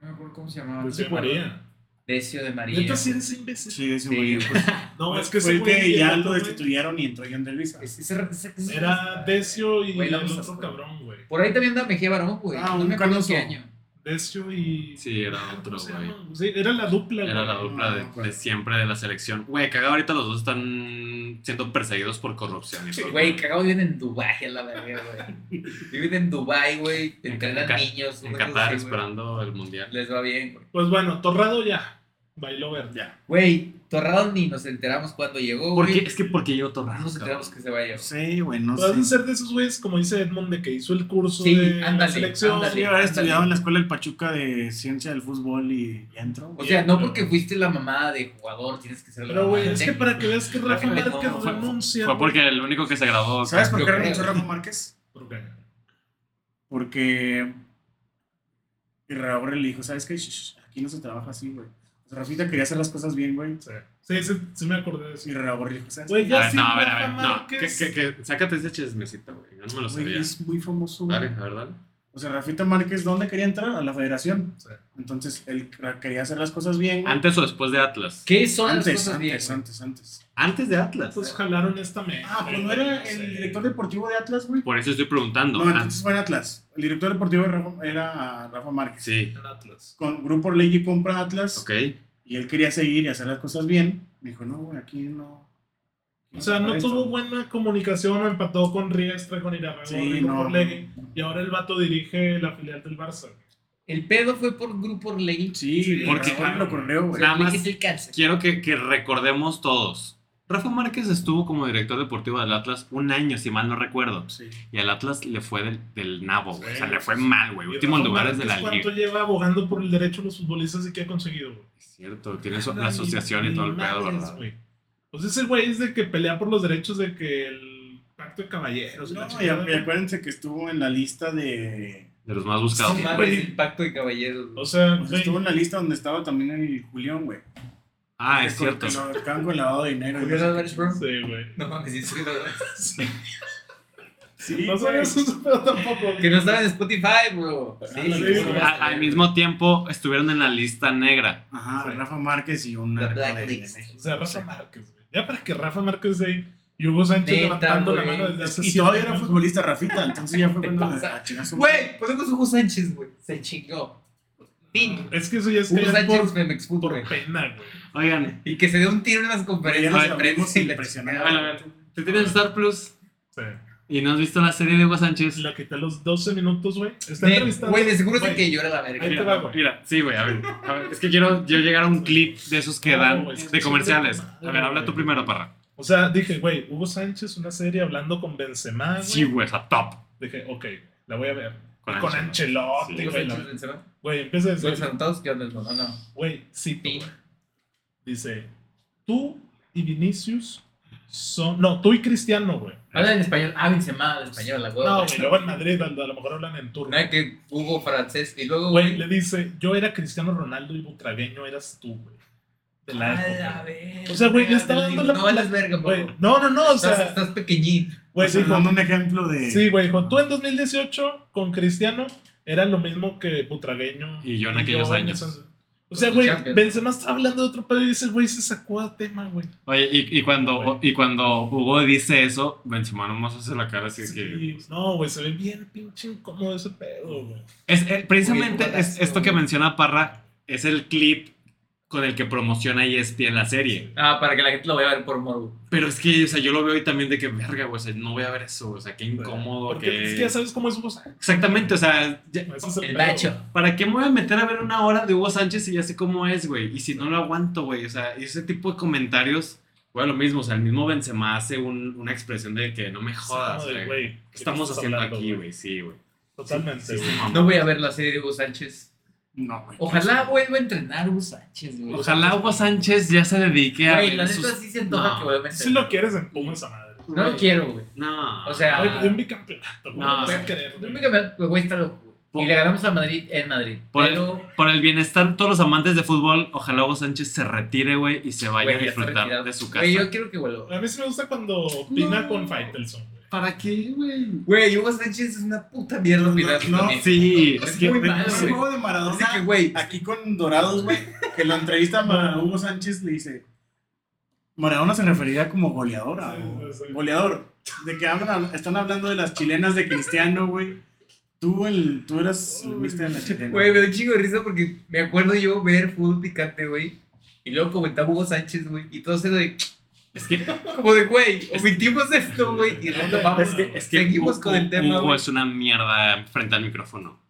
No me acuerdo cómo se llamaba. Pues, ¿Se de acuerdan? María. Decio de María. Neta, sí eres imbécil. Sí, ese Sí, güey. güey. Pues, No, fue- es que fue ese güey ya el lo otro, güey, destituyeron y entró John de Luisa. Ese- ese- ese- ese- Era Decio y Güey, el la vamos a otro hacer. cabrón, güey. Por ahí también anda Mejía Barón, güey. Ah, no un me acuerdo canoso. qué año. Decio y. Sí, era ¿Cómo otro, se güey. llama? Sí, era la dupla, Era güey. la dupla de, de siempre de la selección. Güey, cagado ahorita los dos están siendo perseguidos por corrupción. y todo. Güey, cagado viven en Dubái, a la verga, güey. Viven en Dubái, güey. En Entrenan Ca- niños. En una cosa Qatar así, güey. esperando el mundial. Les va bien, güey. Pues bueno, Torrado ya. Bailó verde. Ya. Güey, Torrado ni nos enteramos cuando llegó. ¿Por güey. qué? Es que porque yo No torrado. nos enteramos que se vaya. No sé, güey, no Vas a sé. Pues, ser de esos güeyes, como dice Edmond, de que hizo el curso Sí, de la ándale, selección. ándale. Sí, haber estudiado en la escuela del Pachuca de Ciencia del Fútbol y, y entro. O güey. sea, no porque fuiste la mamada de jugador, tienes que ser la Pero, mamada güey, de es que técnico. para que veas que Rafa Rafa, no, Márquez fue- Fue, renuncia. fue porque el único que se graduó. ¿Sabes por yo qué creo. renunció Rafa Márquez? ¿Por qué? Porque. Y Raúl le dijo, ¿sabes qué? Shh, shh, aquí no se trabaja así, güey. O sea, Rafita quería hacer las cosas bien, güey. Sí, sí, sí, sí me acordé de eso. Y Raúl le dijo, ¿sabes Güey, qué? ya A ver, sí, Ah, no, a ver, a Rafa ver. No, que, Márquez. que- que- sácate ese chismecito, güey. Yo no me lo Güey, sabía. es muy famoso, güey. Dale, a ver, dale. O sea, Rafita Márquez, ¿dónde quería entrar? A la federación. Sí. Entonces, él cra- quería hacer las cosas bien. güey. ¿Antes o después de Atlas? ¿Qué son las antes, cosas bien, antes, güey? antes, antes. Antes de Atlas. Pues jalaron esta mesa. Ah, pero no era el director deportivo de Atlas, güey. Por eso estoy preguntando. No, Antes- entonces fue en Atlas. El director deportivo de Rafa- era Rafa Márquez. Sí, En Atlas. Con Grupo Orlegui compra Atlas ok. y él quería seguir y hacer las cosas bien. Me dijo, no, güey, aquí no. O sea, no esto". tuvo buena comunicación, empató con Riestra, con Irarragorri, Sí, con no. Orlegui, y ahora el vato dirige la filial del Barça. El pedo fue por Grupo Orlegui. Sí, Sí, porque claro. lo corrió, güey. Nada Orlegui más- es el cáncer. Quiero que, que recordemos todos. Rafa Márquez estuvo como director deportivo del Atlas un año, si mal no recuerdo. Sí. Y al Atlas le fue del, del nabo, güey. O sea, Sí, le fue sí, mal, güey. Y Últimos Rafa lugares de la Márquez, ¿Cuánto liga. lleva abogando por el derecho de los futbolistas y qué ha conseguido, güey? Es cierto, tiene su- la Ni- asociación y ni todo el pedo, madres, ¿verdad? güey. Pues ese güey es de que pelea por los derechos de que el pacto de caballeros. la No, y, chingada, acu- y acuérdense que estuvo en la lista de. De los más No buscados. mames, güey. el pacto de caballeros. güey. o sea, o sea, güey, pues, estuvo en la lista donde estaba también el Julián, güey. Ah, Que es con- cierto. que lo acaban con lavado de dinero. ¿Julio Álvarez, bro? sí, güey. No mames, sí, soy Julio Álvarez. Sí, No güey. sabía eso, pero tampoco. güey. Que no estaba en Spotify, bro. Sí, Ándale, sí, güey. sí, A- al mismo tiempo estuvieron en la lista negra. Ajá, Sí. Rafa Márquez y un The narco de- Blacklist. de México. O sea, Rafa Márquez, güey. Ya para que Rafa Márquez de ahí y Hugo Sánchez Neta, levantando la güey. mano desde hace Y siete todavía era años. futbolista Rafita, entonces ya fue ¿Qué cuando pasa? a chingar su madre. Güey, pues con Hugo Sánchez, güey. Se chingó. Fin. Es que eso ya Ah, es Hugo caer Sánchez por, me expuso, güey. por pena, güey. Oigan, Y que se dio un tiro en las Ya conferencias nos de abrimos prensa y la impresionante. chingada. Bueno, a ver. ¿te tienes Star Plus? Sí. ¿Y no has visto la serie de Hugo Sánchez? La quité a los 12 minutos, güey. Está De- entrevistando. Güey, de seguro es Güey, el que llora la verga. ahí te Mira, va, güey. mira, sí, güey, a ver, a ver, Es que quiero yo llegar a un clip de esos que No, dan, güey, es que de es un comerciales. clip de A ver, habla tú madre, primero, güey. Parra. O sea, dije, güey, Hugo Sánchez, una serie hablando con Benzema, Ah, güey. Sí, güey, a top. Dije, ok, la voy a ver. Con Y Con Ancelotti. Ancelotti, Sí, Hugo güey. Sánchez la- del Cerro. Güey, empieza a Los decir, anotados, ¿qué onda? No, no, no. güey, sí, Sí. Dice, tú y Vinicius son... No, tú y Cristiano, güey. Habla en español. Ah, Benzema, de español, la huevo. No, güey, luego en Madrid a a lo mejor hablan en turno. Nada que Hugo francés. Y luego, Güey, le dice, yo era Cristiano Ronaldo y butragueño eras tú, güey. De la época. vez. O sea, güey, le estaba dando la- No vales verga, Güey, güey. no, no, no, o Estás, sea, estás pequeñín. güey, O sea, dijo, dando un ejemplo de. sí, güey, dijo, tú en 2018 con Cristiano era lo mismo que butragueño. Y yo en aquellos años. esos- O sea, güey, Champions. Benzema está hablando de otro pedo y dice, güey, se sacó a tema, güey. Oye, y, y cuando, y cuando Hugo dice eso, Benzema nomás hace la cara así que... Sí, no, güey, se ve bien pinche incómodo ese pedo, güey. Es, eh, precisamente Güey, es, golazo, esto que güey. menciona Parra es el clip con el que promociona ESPN la serie. Ah, para que la gente lo vaya a ver por morbo. Pero es que, o sea, yo lo veo y también de que, verga, güey, o sea, no voy a ver eso, o sea, qué incómodo, Porque pues, es que que... ya sabes cómo es Hugo Sánchez. Exactamente, o sea, ya- Ese es El pedo, macho. ¿Para qué me voy a meter a ver una hora de Hugo Sánchez si ya sé cómo es, güey? Y si no lo aguanto, güey. O sea, ese tipo de comentarios, güey, lo mismo. O sea, el mismo Benzema hace un- una expresión de que no me jodas, Madre, güey. güey, ¿Qué estamos estás haciendo hablando, aquí, güey? Sí, güey. Totalmente, Sí, güey. sí, mamá. No voy a ver la serie de Hugo Sánchez. No, güey. Ojalá vuelva a entrenar Hugo Sánchez, güey. Ojalá Hugo Sánchez ya se dedique a. Güey, ver la neta sus- sí se antoja No. que vuelva a entrenar. Si lo quieres, empuma esa madre. No lo quiero, güey. No. O sea, Ay, de un bicampeonato, güey. No, No, güey. puedes querer, No güey. me cambié, pues, güey, está loco. güey. Y le ganamos a Madrid en Madrid. Por el- pero, Por el bienestar de todos los amantes de fútbol, ojalá Hugo Sánchez se retire, güey, y se vaya güey, a ya está disfrutar retirado. de su casa. Güey, yo quiero que vuelva. A mí sí me gusta cuando opina No. con Faitelson, güey. ¿Para qué, güey? Güey, Hugo Sánchez es una puta mierda. opinar no, también. Sí, es Es que. muy Güey, mal, ese güey. juego de Maradona. Así que, güey. Aquí con Dorados, güey. Que lo entrevista a Hugo Sánchez le dice. Maradona se refería como goleador. a- Sí, sí, sí. Goleador. De que hablan, están hablando de las chilenas de Cristiano, güey. Tú, el, tú eras el mister de la chilena. Güey, me da un chingo de risa porque me acuerdo yo ver fútbol picante, güey. Y luego comentaba Hugo Sánchez, güey. Y todo se de. Es que, Como de, güey, omitimos esto, güey. Y retomamos. Es que- es que Seguimos Hugo- con el tema, Hugo güey. es una mierda frente al micrófono.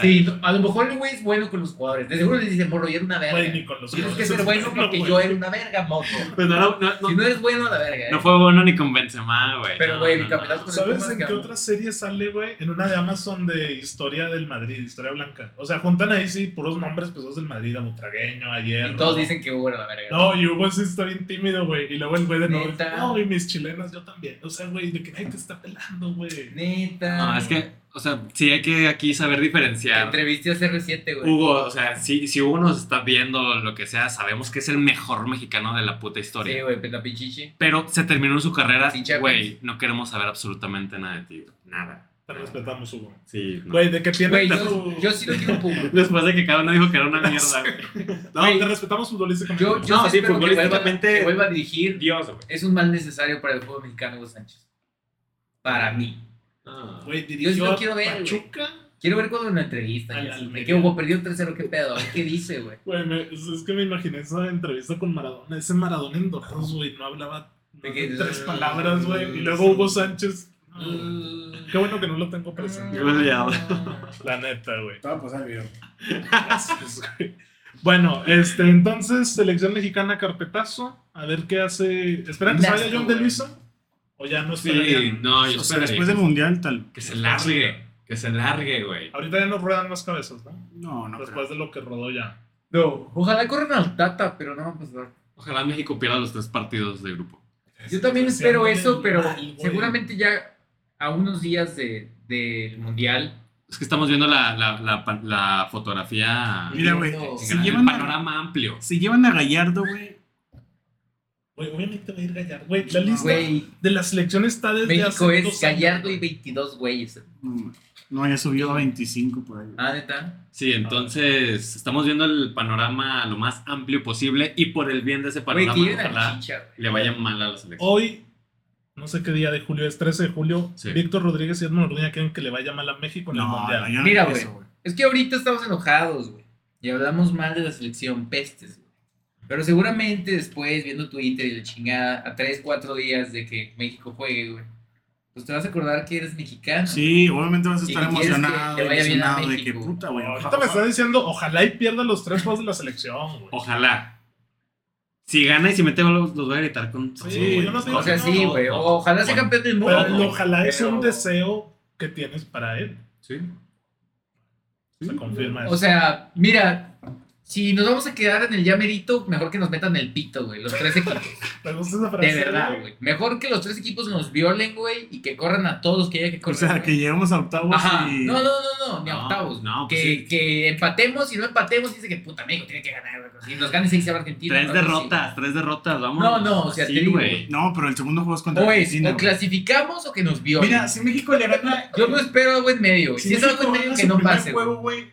O Sí, no, a lo mejor el güey es bueno con los jugadores. De seguro les dice, morro, yo era una verga. Güey, ni con los Eh, Tienes que jugadores ser es bueno porque güey. yo era una verga, moto. Pues no, era- no- no- Si no eres bueno, a la verga. ¿eh? no fue bueno ni con Benzema, güey. Pero, No, güey, no, mi no. capitán con el ¿Sabes Pumas, en qué cabrón. otra serie sale, güey? En una de Amazon de historia del Madrid, historia blanca. O sea, juntan ahí sí puros nombres pesados del Madrid, a Butragueño, ayer. Y todos dicen que Hugo era la verga. No, y Hugo sí está bien tímido, güey. Y luego el güey de nuevo. Neta. No, y mis chilenas, yo también. O sea, güey, de que nadie te está pelando, güey. Neta. No, es que, o sea, sí hay que aquí saber diferenciar. Entrevisté a CR7, güey. Hugo, o sea, si, si Hugo nos está viendo lo que sea, sabemos que es el mejor mexicano de la puta historia. Sí, güey, pues, la pichichi. Pero se terminó su carrera, Sí, Chapis. güey, no queremos saber absolutamente nada de ti, güey, nada. Te respetamos, Hugo. Sí, no. Güey, de que tiene. Güey, tu- yo, yo sí lo quiero un puma. Después de que cada uno dijo que era una mierda, güey. No, te respetamos futbolísticamente. Yo, yo No, sí, sí, espero que vuelva, futbolísticamente- que vuelva a dirigir. Dios, güey. Es un mal necesario para el fútbol mexicano, Hugo Sánchez. Para mí. Ah. Güey, Yo sí dirigió lo a quiero ver, güey. Pachuca. Quiero ver cuando una entrevista. Al ya sé, de Almería. que Hugo perdió 3-0, ¿qué pedo? ¿Qué dice, güey? Güey, me- es es que me imaginé esa entrevista con Maradona. Ese Maradona endorroso, güey. No hablaba De de que- tres palabras, güey. Y luego Hugo Sánchez. Ah. no, Qué bueno que no lo tengo presente. bueno, ya. La neta, güey. Te voy a pasar el video. Gracias, güey. Bueno, este, entonces, selección mexicana carpetazo. A ver qué hace. ¿Esperan que se vaya Nasco, John de güey. Luisa? ¿O ya no Sí, esperarían? no, yo O sea, esperaría después del que- mundial, tal. que se largue, que se largue, güey. Ahorita ya no ruedan más cabezas, ¿no? No, no. Después de lo que rodó ya. No, ojalá corran al Tata, pero no va a pasar. Ojalá México pierda los tres partidos de grupo. Yo también espero eso, pero Ay, güey. seguramente ya a unos días de- del Mundial. Es que estamos viendo la, la, la, pa- la fotografía, Mira, güey, No. si en gran- el llevan, a, panorama amplio. si llevan a Gallardo, güey, Güey, obviamente va a ir Gallardo. Güey, la lista Güey, de la selección está desde México hace es dos años, Gallardo y güey. 22 güeyes. ¿eh? mm, no, ya subió a 25 por ahí. Ah, neta. Sí, entonces estamos viendo el panorama lo más amplio posible y por el bien de ese Güey, panorama, que lleven a la ojalá chicha, güey. le vaya mal a la selección. Hoy, no sé qué día de julio es, 13 de julio. Sí. Víctor Rodríguez y Edmundo Orduña quieren que le vaya mal a México en el No, mundial. no, yo no Mira, creo güey. Ah, eso, güey. Es que ahorita estamos enojados, güey. Y hablamos mal de la selección, pestes, güey. Pero seguramente después, viendo Twitter y la chingada, a 3, 4 días de que México juegue, güey, pues te vas a acordar que eres mexicano. Sí, obviamente vas a Y estar que quieres que emocionado, le vaya bien a emocionado de que México. puta, güey. Ahorita ojalá- me está diciendo, ojalá y pierda los tres juegos de la selección, güey. Ojalá. Si gana y si mete goles, los voy a gritar con. Sí, güey. yo no sé. O sea, sí, No, güey. no. Ojalá sea Bueno, campeón del mundo. Pero el güey. ojalá es Pero- un deseo que tienes para él. Sí. Se confirma eso. O sea, mira, si nos vamos a quedar en el ya merito, mejor que nos metan el pito, güey. Los tres equipos. ¿Te gusta esa frase? De verdad, güey. Mejor que los tres equipos nos violen, güey, y que corran a todos los que haya que O correr. sea, güey. que llegamos a octavos Ajá. y... No, no, no, no, ni a No, octavos. no, que, pues sí. que empatemos y no empatemos, dice que puta México tiene que ganar, güey. Si nos gane 6 a Argentina. Tres no, derrotas, tres derrotas, vamos. No, no, o sea, te sí, digo, güey. No, pero el segundo juego es sí. contra O es, Argentina, Pues, o güey. clasificamos o que nos violen. Mira, si México le gana... Yo no espero algo en medio, güey. Si, es algo en México medio gana que su no primer pase. güey. juego, güey,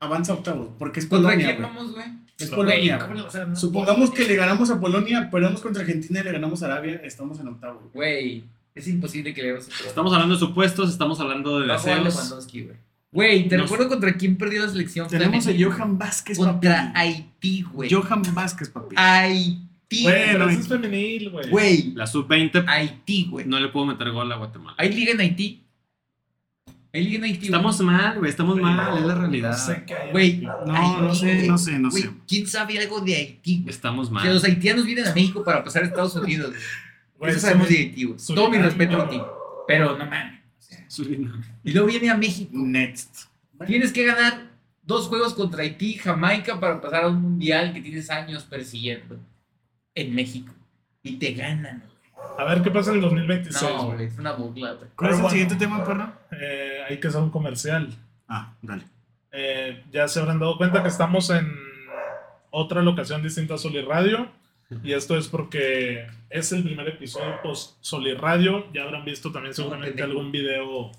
avanza a octavos, porque es ¿Contra Polonia, quién güey. vamos, güey? Es No, Polonia, Güey, güey. ¿cómo lo- o sea, no- Supongamos que le ganamos a Polonia, perdemos contra Argentina y le ganamos a Arabia, estamos en octavo. güey. Güey, es imposible que le hagamos otro. Estamos hablando de supuestos, estamos hablando de Va a jugar deseos. Lewandowski, güey. Güey, te Nos- recuerdo contra quién perdió la selección. Tenemos a femenil? Johan Vázquez, Contra papi. Haití, güey. Ah, Johan Vázquez, papi. Haití, Güey, pero Bueno, eso es femenil, güey. güey. La sub-20 Haití, güey. no le puedo meter gol a Guatemala. ¿Hay liga en Haití? ¿Hay liga en Haití? güey? Estamos mal, güey, estamos Güey, mal, es la realidad. No sé qué hay. Güey, No, no sé, no sé, no Güey, sé. ¿Quién sabe algo de Haití? güey? Estamos Que los mal. haitianos vienen a México para pasar a Estados Unidos. güey. Güey, Eso sabemos de Surinam- Haití, güey. Surinam, Todo mi respeto a güey. Haití. Pero no mames. o sea. Surinam. Y luego viene a México. Next. Tienes que ganar dos juegos contra Haití, Jamaica, para pasar a un mundial que tienes años persiguiendo en México. Y te ganan. güey. A ver qué pasa en el 2026, No, güey. güey, es una burla, ¿Cuál es güey. el Pero bueno. siguiente tema, perro? Eh, hay que hacer un comercial. Ah, dale. Eh, ya se habrán dado cuenta que estamos en otra locación distinta a Solirradio. Y esto es porque es el primer episodio post Solirradio. Ya habrán visto también seguramente algún video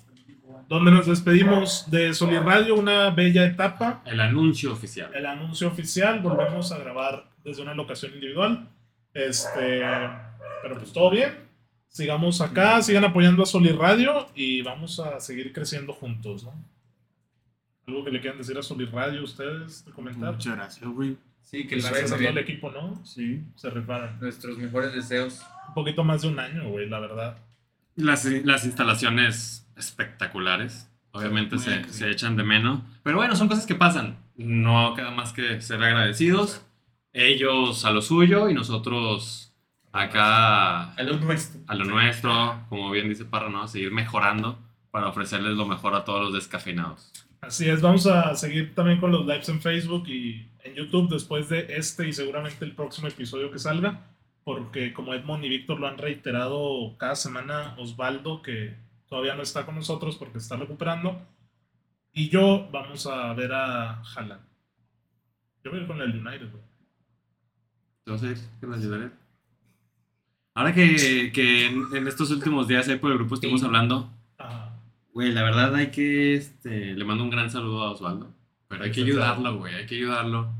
donde nos despedimos de Solirradio, una bella etapa. El anuncio oficial. El anuncio oficial, volvemos a grabar desde una locación individual. Este, pero pues todo bien. Sigamos acá, sigan apoyando a Solirradio y vamos a seguir creciendo juntos, ¿no? Algo que le quieran decir a Solirradio ustedes, de comentar. Muchas gracias, güey. Sí, que Pues les vaya gracias a muy todo bien. el equipo, ¿no? Sí. Se reparan. Nuestros mejores deseos. Un poquito más de un año, güey, la verdad. Las, las instalaciones espectaculares. Obviamente Muy se, bien. se echan de menos. Pero bueno, son cosas que pasan. No queda más que ser agradecidos. Ellos a lo suyo y nosotros acá A lo nuestro. a lo nuestro, como bien dice Parra, ¿no? Seguir mejorando para ofrecerles lo mejor a todos los descafeinados. Así es, vamos a seguir también con los lives en Facebook y en YouTube después de este y seguramente el próximo episodio que salga, porque como Edmond y Víctor lo han reiterado cada semana, Osvaldo, que todavía no está con nosotros porque está recuperando, y yo vamos a ver a Haaland. Yo voy a ir con el United, güey. Entonces, ¿qué les ayudaré? Ahora que, que en, en estos últimos días ahí por el grupo estuvimos Sí. hablando, Ah, güey, la verdad hay que, este, le mando un gran saludo a Osvaldo, pero hay que ayudarlo, güey, hay que ayudarlo.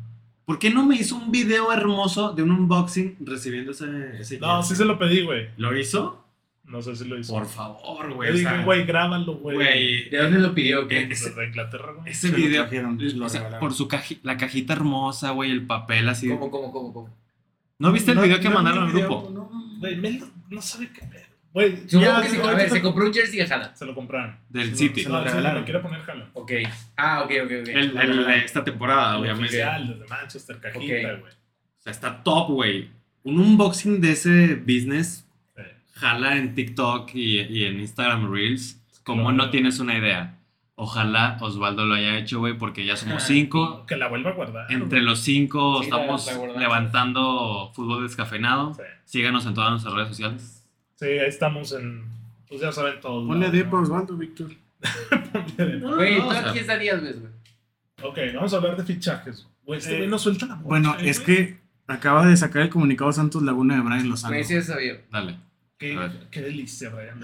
¿Por qué no me hizo un video hermoso de un unboxing recibiendo ese... ese no, sí se lo pedí, güey. ¿Lo hizo? No sé si lo hizo. Por favor, Le güey. o dije, sea, güey, grábalo, güey. güey, ¿De dónde lo pidió? qué? ese- Desde Inglaterra, güey. Ese Se lo video, trajeron, lo o sea, regalaron. por su caji- la cajita hermosa, güey, el papel así. ¿Cómo, cómo, cómo, cómo? ¿No viste el No, video que no, mandaron no, al video, grupo? no, no, no. Güey, Mel no sabe qué pedo. Güey, Supongo ya, que sí, se, a ahorita ver, se, se compró un jersey de Haaland. se lo compraron. Del no, City. Se lo No, sí, regalaron. Me quiere poner Haaland. Ok. Ah, ok, ok, ok. El- el- esta temporada, Ah, obviamente. Oficial, desde Manchester, cajita, Ok. güey. O sea, está top, güey. Un unboxing de ese business Sí. jala en TikTok y, y en Instagram Reels. Como Claro. no tienes una idea. Ojalá Osvaldo lo haya hecho, güey, porque ya somos Ah, cinco. Que la vuelva a guardar. Entre los cinco Sí, la- estamos la guardamos. levantando fútbol descafeinado. Sí. Síganos en todas nuestras redes sociales. Sí, ahí estamos en. Pues ya saben todos. Ponle lados, de ¿no? por Osvaldo, Víctor. Ponle de- Güey, No, ¿tú o sea, aquí estarías, güey? Ok, vamos a hablar de fichajes. Güey, este Eh, güey no suelta la boca, Bueno, güey. es que acaba de sacar el comunicado Santos Laguna de Brian Lozano. Güey, sí, ya sabía. Dale. a Qué, ver. qué delicia, Brian.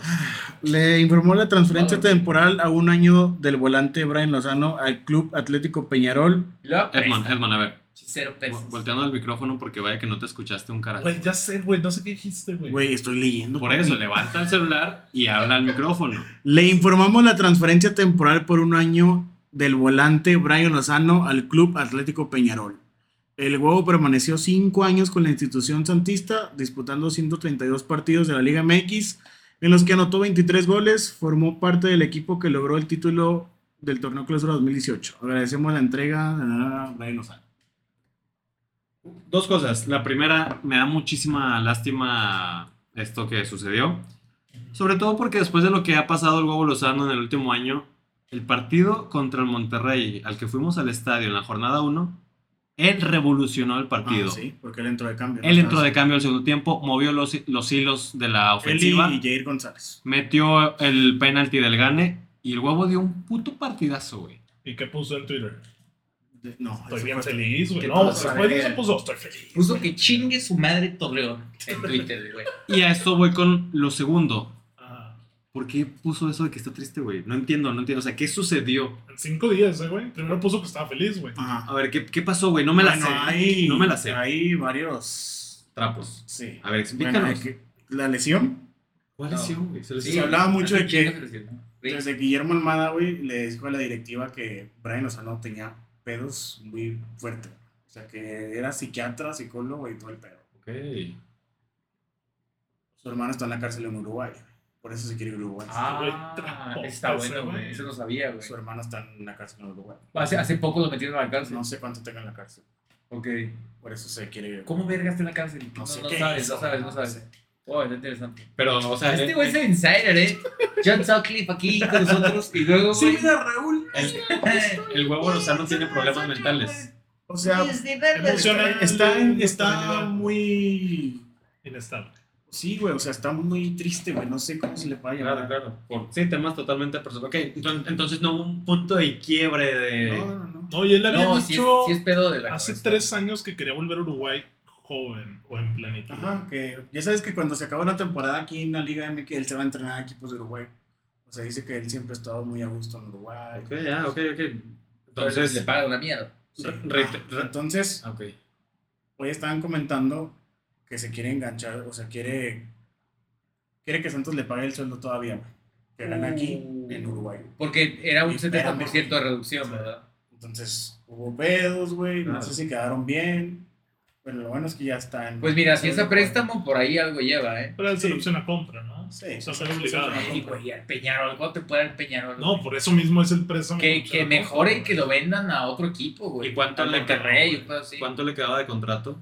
Le informó la transferencia temporal a un año del volante Brian Lozano al Club Atlético Peñarol. Lo Edmond, presta. Edmond, a ver. Cero Vol- pesos. Volteando el micrófono porque vaya que no te escuchaste un carajo. Güey, ya sé, güey, no sé qué dijiste, güey. Güey, estoy leyendo. Por papi. eso, levanta el celular y habla al micrófono. Le informamos la transferencia temporal por un año del volante Brian Lozano al Club Atlético Peñarol. El huevo permaneció cinco años con la institución santista, disputando 132 partidos de la Liga MX, en los que anotó 23 goles, formó parte del equipo que logró el título del torneo Clausura 2018. Agradecemos la entrega a Brian Lozano. Dos cosas. La primera, me da muchísima lástima esto que sucedió. Sobre todo porque después de lo que ha pasado el huevo Lozano en el último año, el partido contra el Monterrey, al que fuimos al estadio en la jornada 1, él revolucionó el partido. Ah, sí, porque él entró de cambio. Él entró de cambio al segundo tiempo, movió los, los hilos de la Él ofensiva, y Jair González. metió el penalti del gane y el huevo dio un puto partidazo, güey. ¿Y qué puso en Twitter? De- No, Estoy eso bien fue- feliz, güey. ¿Qué No, pasa, después de güey? eso puso, estoy feliz. Puso que chingue su madre Torreón en Twitter, güey. Y a eso voy con lo segundo. Ah, ¿Por qué puso eso de que está triste, güey? No entiendo, no entiendo. O sea, ¿qué sucedió? en cinco días, eh, güey. Primero puso que estaba feliz, güey. Ajá. A ver, ¿qué, qué pasó, güey? No me la Bueno, sé. hay- no me la sé. Hay varios Trapos. Sí. A Bueno, ver, explícanos. es que la lesión. ¿Cuál No. lesión, güey? Se les Sí, se hizo- hablaba mucho de Chinga que su lesión, ¿no? desde pues, Guillermo Almada, güey, le dijo a la directiva que Brian Lozano tenía pedos muy fuertes. O sea, que era psiquiatra, psicólogo y todo el pedo. Ok. Su hermano está en la cárcel en Uruguay. Por eso se quiere ir a Uruguay. güey, Ah, trapo, está ese bueno, güey. güey. Eso no sabía, güey. Su hermano está en la cárcel en Uruguay. Hace, hace poco lo metieron a la cárcel. No sé cuánto tenga en la cárcel. Ok. Por eso se quiere ir. ¿Cómo verga está en la cárcel? No sé no qué sabes, hizo, no sabes, no no sabes. sé. Oh, está interesante. Pero, o sea, Este eh, güey es el insider, ¿eh? John Sutcliffe aquí con nosotros y luego, güey. mira, Raúl. el, el huevo Lozano tiene problemas mentales. O sea, Emocional. está, está muy. Inestable. Sí, güey, o sea, está muy triste, güey. No sé cómo se le puede llamar. claro. Por- sí, temas totalmente personales. Ok, enton- entonces no hubo un punto de quiebre de... No, no, no. No, y él había No, dicho si es, sí es pedo de la hace cabeza. tres años que quería volver a Uruguay joven o en plenitud. Ajá, que ya sabes que cuando se acaba la temporada aquí en la Liga MX, él se va a entrenar a equipos de Uruguay. O sea, dice que él siempre ha estado muy a gusto en Uruguay. Ok, ya, ok, ok. Pero se le Entonces... paga una mierda. Sí. Re- re- re- Entonces, ah, ok. hoy estaban comentando que se quiere enganchar, o sea, quiere, quiere que Santos le pague el sueldo todavía, güey, que gana aquí en Uruguay. Porque era un Espérame. 70% de reducción, ¿verdad? Entonces, hubo pedos, güey, no Claro. sé si quedaron bien, pero lo bueno es que ya está en... Pues mira, si en es a Uruguay. préstamo, por ahí algo lleva, ¿eh? Pero es Sí. opción a compra, ¿no? ¿no? Sí. O sea, ser obligado. Ay, güey, al Peñarol, ¿cuánto te puede dar el Peñarol? No, pues, güey? por eso mismo es el préstamo. que, que mejore y que lo vendan a otro equipo, güey. ¿Y cuánto Al le Monterrey quedaba, o cosas así. ¿Cuánto le quedaba de contrato?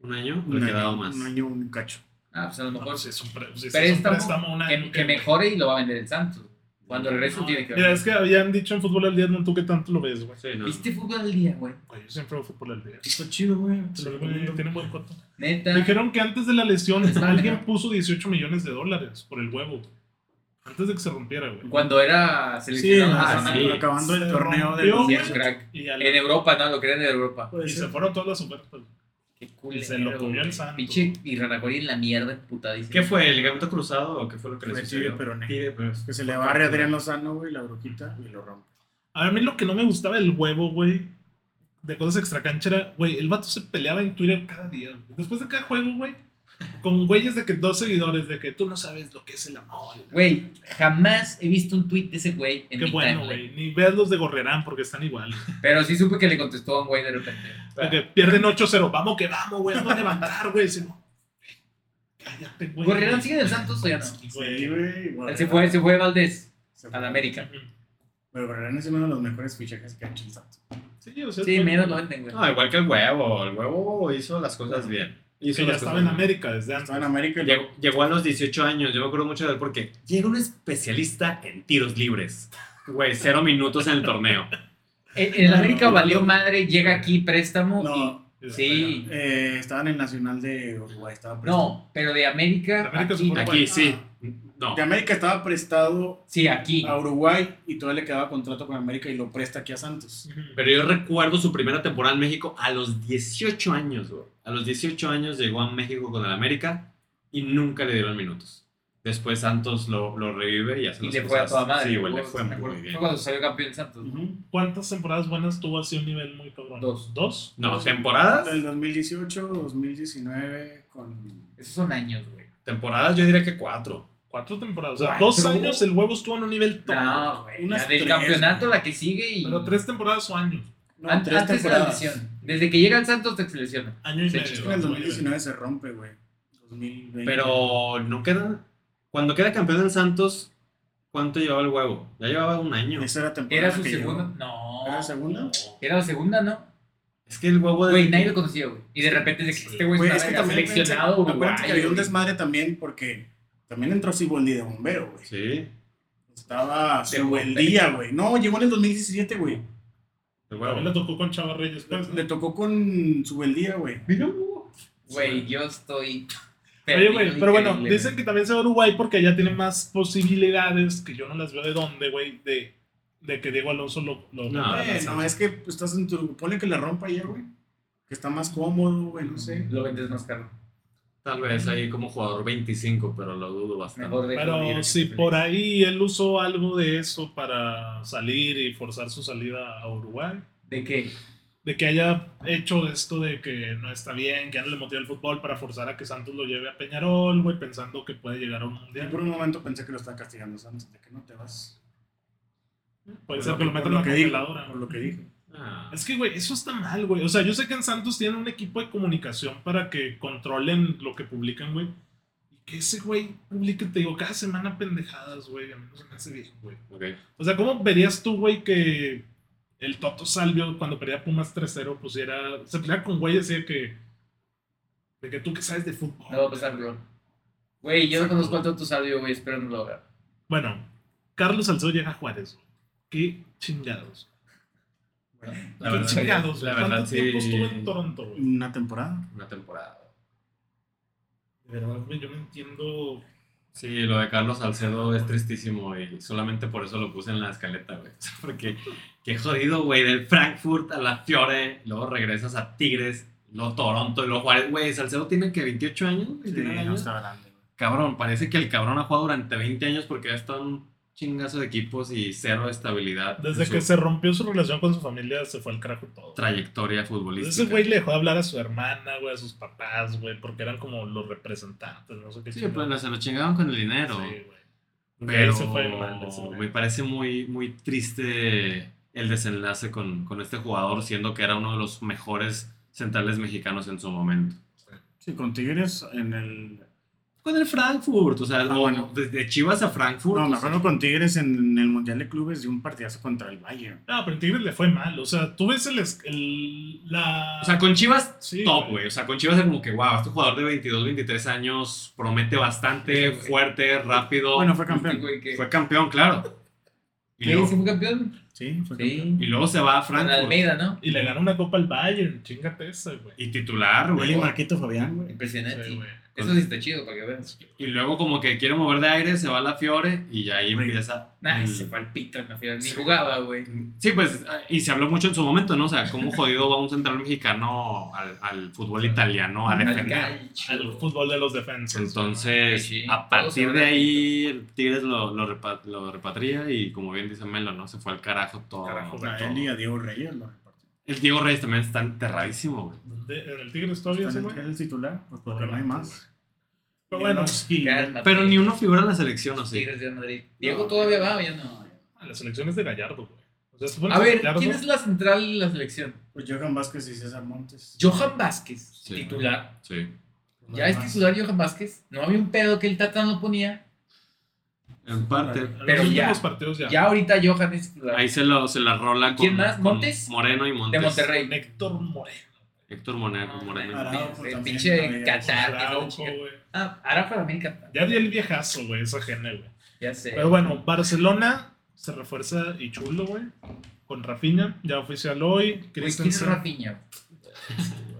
¿Un año? ¿O Un le año, quedaba más? Un año, un cacho. Ah, pues a lo No, mejor pues es un, pré- pues es un préstamo, préstamo un año que, que mejore y lo va a vender el Santos. Cuando regrese No, tiene que Mira, es que habían dicho en fútbol al día, no tú que tanto lo ves, güey. Sí, no. ¿Viste fútbol al día, güey? Güey, Yo siempre veo fútbol al día. Está chido, güey. Pero, güey, Tiene buen coto. Neta. Dijeron que antes de la lesión Está alguien mejor. puso 18 millones de dólares por el huevo. Antes de que se rompiera, güey. Cuando era Sí, seleccionado ah, nacional. sí, sí. acabando el Se torneo de rompió, los Sí, güey. es un crack. Y, a la- En Europa, ¿no? Lo crean en Europa. y Puede se ser. fueron todas las ofertas. Qué cool. Se lo comió el Santos. Pinche y Ranagori en la mierda, emputadísimo. ¿Qué fue? ¿El ligamento cruzado o qué fue lo que le Fue sucedió? pues. tibia peroné. Tibia, pero- Que se le barre a Adrián Lozano, güey, la broquita y lo rompe. A mí lo que no me gustaba del huevo, güey, de cosas extracancha era, güey, el vato se peleaba en Twitter cada día. güey. Después de cada juego, güey, con güeyes de que dos seguidores, de que tú no sabes lo que es el amor. Güey, jamás he visto un tweet de ese güey en Qué mi bueno, timeline. güey. Ni veas los de Gorrerán porque están igual. Pero sí supe que le contestó a un güey de repente. Ah. De que pierden 8-0. Vamos que vamos, güey. Vamos a levantar, güey. Si no- Cállate, güey. ¿Corrieron sigue del Santos o ya no? Güey. güey. Él Guardián- se fue, se fue Valdés se fue. a la América. Pero Guardián es uno de los mejores fichajes que ha hecho el Santos. Sí, o sea, Sí, fue- menos lo venden, güey. No, igual que el huevo. El huevo hizo las cosas bien. Hizo Que ya las estaba cosas en bien. América desde antes. Estaba en América y Llegó, llegó a los 18 años, yo me acuerdo mucho de él porque llega un especialista en tiros libres. Güey, cero minutos en el torneo. En, Eh, en el No, América no, valió madre, llega aquí préstamo No, y... Sí. eh, estaba en el Nacional de Uruguay. Estaba prestado. No, pero de América, De América aquí, se fue. Aquí sí. No. De América estaba prestado sí, aquí. a Uruguay y todavía le quedaba contrato con América y lo presta aquí a Santos. Pero yo recuerdo su primera temporada en México a los 18 años, güey. A los 18 años llegó a México con el América y nunca le dieron minutos. Después Santos lo, lo revive y hace Y las le fue a cosas- toda madre. Sí, güey, le Fue- fue muy bien. Fue cuando salió campeón el Santos. Ujú. ¿Cuántas temporadas buenas tuvo así un nivel muy cabrón? Dos. ¿Dos? No, temporadas. Del 2018, 2019 con... Esos son años, güey. Temporadas yo diría que cuatro. Cuatro temporadas. O sea, Cuatro. dos años el huevo estuvo en un nivel top. No, güey. Unas La del tres, campeonato, la que sigue y... Pero tres temporadas o años. No, An- tres antes de la temporadas. Ah, lesión. Desde que llega el Santos te selecciona. Año y Sí, medio. Es que en el 2019 se rompe, güey. 2020. Pero no queda. Cuando queda campeón en Santos, ¿cuánto llevaba el huevo? Ya llevaba un año. Esa era temporada. ¿Era su que llegó. segunda? No. ¿Era la Ah, segunda? Pues Era la segunda, ¿no? Es que el huevo de. Güey, nadie lo conocía, güey. Y de repente de que este güey Güey, es está que también. seleccionado acuérdate- acuérdate que uruguayo. había un güey. desmadre también porque también entró Siboldi de bombero, güey. Sí, Estaba De Siboldi, güey. No, llegó en el 2017, güey. el También le huevo. tocó con Chava Reyes. Le, pues, ¿no? le tocó con Siboldi, güey. Güey, yo estoy. Oye, perdido, güey, pero bueno, increíble, dicen que también se va a Uruguay porque allá tiene más posibilidades que yo no las veo de dónde, güey, de, de que Diego Alonso lo... lo- No, Ah, lo- Eh, no, es que pues, estás en tu. Ponle que la rompa ya, güey. Que está más cómodo, güey, no sé. güey. Lo vendes más caro. Tal vez ahí como jugador 25, pero lo dudo Mejor bastante. de Pero si por ahí él usó algo de eso para salir y forzar su salida a Uruguay, ¿De qué? de que haya hecho esto de que no está bien, que ya no le motiva el fútbol para forzar a que Santos lo lleve a Peñarol, güey, pensando que puede llegar a un Yo mundial. por un momento pensé que lo estaba castigando Santos, de que no te vas. Puede Por ser lo que lo que- metan por en lo la que dijo, congeladora. Por lo que dije. Ah, Es que, güey, eso está mal, güey. O sea, yo sé que en Santos tienen un equipo de comunicación para que controlen lo que publican, güey. Y que ese güey publique, te digo, cada semana pendejadas, güey. A mí no se me hace bien, güey. ok. O sea, ¿cómo verías tú, güey, que el Toto Salvio, cuando perdía Pumas 3-0, pusiera. Se peleaba con güey así de que. De que tú que sabes de fútbol. No va a pasar, bro. Güey, yo no conozco a tu sabio, güey. Espero no lo haga. Bueno, Carlos Salcedo llega a Juárez, güey. Qué chingados. La Qué verdad, chingados. la güey. ¿Cuánto verdad sí. tiempo estuvo en Toronto, güey? Una temporada. Una temporada. De verdad, güey, yo no entiendo. Sí, lo de Carlos Salcedo es tristísimo y solamente por eso lo puse en la escaleta, güey. O sea, Porque qué jodido, güey, del Frankfurt a la Fiore, luego regresas a Tigres, luego Toronto y luego Juárez. Güey, Salcedo tiene que 28 años, 29 no años. está grande, güey. Cabrón, parece que el cabrón ha jugado durante 20 años porque ha estado en un chingazo de equipos y cero estabilidad. en Desde su que se rompió su relación con su familia, se fue al carajo todo. trayectoria futbolística. Ese güey le dejó de hablar a su hermana, güey, a sus papás, güey, porque eran como los representantes, no sé qué. Sí, chingados. pues se lo chingaron con el dinero. Sí, güey. Pero Ahí se fue mal, ese güey. me parece muy, muy triste el desenlace con, con este jugador, siendo que era uno de los mejores centrales mexicanos en su momento. Sí, con Tigres en el. con el Frankfurt, o sea, Ah, o bueno. desde Chivas a Frankfurt. No, o me sea, acuerdo con Tigres en el Mundial de Clubes de un partidazo contra el Bayern. No, pero el Tigres le fue mal. O sea, tú ves el. es- el- la... o sea, con Chivas sí, top, güey. O sea, con Chivas era como que, wow, este jugador de 22, 23 años promete bastante, Sí, güey. fuerte, rápido. Bueno, fue campeón. Güey, que- fue campeón, claro. Y ¿Qué? luego, ¿Sí fue campeón? Sí, fue campeón. Sí. y luego se va a Con Frankfurt. Almeida, ¿no? Y le ganó una copa al Bayern. Chingate esa, güey. Y titular, Güey, güey. Marquito Fabián, güey. Impresionante. Sí, güey. Eso sí está chido para que veas. Y luego como que quiere mover de aire, se va a la Fiore y ya ahí empieza. Mm. Nah, el- se fue al pito en la final. Ni jugaba, güey. Sí, pues, y se habló mucho en su momento, ¿no? O sea, cómo jodido va un central mexicano al, al fútbol italiano a Al defender. calcio. Al fútbol de los defensas. Entonces, Sí, sí. a partir de ahí, el Tigres lo, lo, repa- lo repatria y como bien dice Melo, ¿no? Se fue al carajo todo. Carajo, todo. A él y a Diego Reyes lo repartió. El Diego Reyes también está enterradísimo, güey. ¿Dónde- ¿En el Tigres todavía se ¿Están güey? el titular? Pues porque no hay más. Pero bueno, Lewandowski, Cálmate. Pero ni uno figura en la selección, ¿o sí? Tigres de Madrid. Diego todavía va, o ya no. a las elecciones de Gallardo, güey. O sea, se supone A que ver, Gallardo- ¿quién es la central de la selección? Pues Johan Vázquez y César Montes. Johan Vázquez, Sí. titular. Sí. Ya es titular Johan Vázquez. No había un pedo que el Tata no ponía. En parte. En pero los ya. últimos partidos ya. Ya ahorita Johan es titular. Ahí se, lo, se la rola con, ¿Quién más? con ¿Montes? Moreno y Montes. De Monterrey. Con Héctor Moreno. Héctor Moreno. No, Moreno. no, Araujo pinche- también, pinche Araujo, Qatar. que es la Araujo, chica. güey. Ah, Araujo de América. Ya di el viejazo, güey, esa gene, güey. Ya sé. Pero bueno, Barcelona se refuerza y chulo, güey. Con Rafinha, ya oficial hoy. Güey, ¿Quién es Christensen. Rafinha?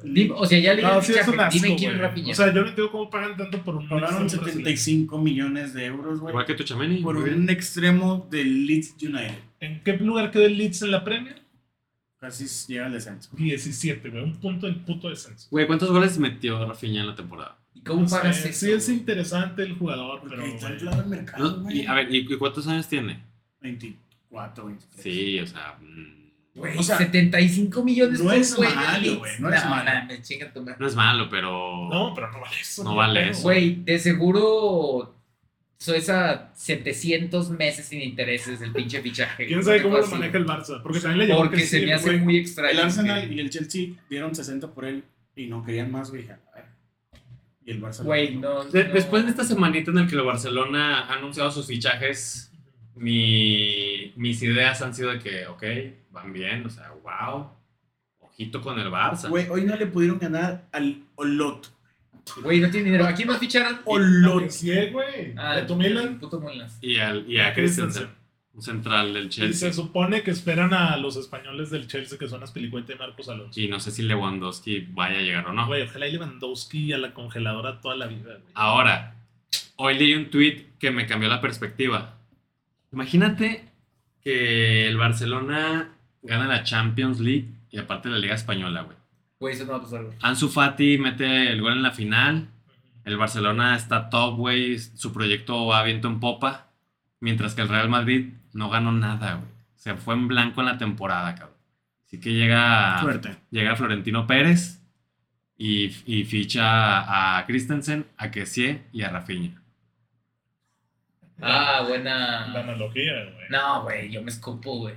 Dime, o sea, ya le No, dije sí es un asco, Dime quién es güey. Rafinha. O sea, yo no entiendo cómo pagan tanto por un Cobraron extremo brasileño. 75 millones de euros, güey. Igual que Tuchameni. Por muy bien. un extremo del Leeds United. ¿En qué lugar quedó el Leeds en la Premier? Casi llega al descenso. 17, güey. Un punto en puto descenso. Güey, ¿cuántos goles metió Rafinha en la temporada? ¿Y cómo O sea, pagas eso? Sí, es interesante el jugador, Porque pero. está güey, el lado del No, mercado, y, Ah, güey. a ver, ¿y, y cuántos años tiene? 24, 23. Sí, o sea. mm, Güey, O sea, 75 millones no por es güey de malo, Leeds. güey, no es malo. mames, chinga tu madre. No es malo, pero. No, pero no vale eso. No ni vale pedo, eso. Güey, de seguro soy esa 700 meses sin intereses del pinche fichaje. ¿Quién güey, sabe algo cómo lo así. maneja el Barça? Porque también le llegó Porque se Christensen, me hace güey. muy extraño. El Arsenal que- y el Chelsea dieron 60 por él y no querían más, güey. A ver. Y el Barça. Güey, no, De- no. Después de esta semanita en la que el Barcelona ha anunciado sus fichajes, mi- mis ideas han sido de que, ok, van bien, o sea, wow. Ojito con el Barça. Güey, hoy no le pudieron ganar al Olot. Güey, no tiene dinero. ¿A quién más ficharon? Lo que Olot. sí es, güey. Ah, de tu Milan. Puto Mulas. Y, al, y a Christensen, un central del Y se Chelsea. supone que esperan a los españoles del Chelsea que son las pelicuetas de Marcos Alonso. Y no sé si Lewandowski vaya a llegar o no. Ah, Güey, ojalá y Lewandowski a la congeladora toda la vida, güey. Ahora, hoy leí un tweet que me cambió la perspectiva. Imagínate que el Barcelona gana la Champions League y aparte la Liga Española, güey. Güey, eso no va a pasar, güey. Ansu Fati mete el gol en la final. El Barcelona está top, güey. Su proyecto va viento en popa. Mientras que el Real Madrid no ganó nada, güey. Se fue en blanco en la temporada, cabrón. Así que llega Suerte. llega Florentino Pérez y, y ficha a Christensen, a Kessie y a Rafinha. Ah, La buena. analogía, güey. No, güey, yo me escupo, güey.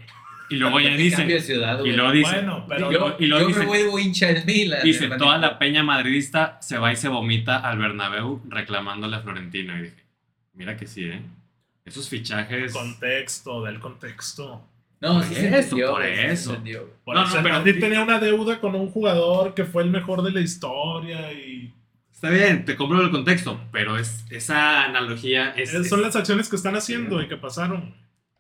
Y luego ya Cambio de dicen, ciudad, y güey. luego dicen, Bueno, pero. yo y luego yo me dicen- vuelvo hincha del Milan. dice, hermano. toda la peña madridista se va y se vomita al Bernabéu reclamándole a Florentino. Y dije, mira que sí, ¿eh? Esos fichajes... Contexto, del contexto. No, Por sí se eso, entendió, por güey, sí se eso. entendió, güey. Por No, eso no, el pero- Madrid tenía una deuda con un jugador que fue el mejor de la historia y Está bien, te compro el contexto, pero es esa analogía es... esas es- son las acciones que están haciendo y que pasaron.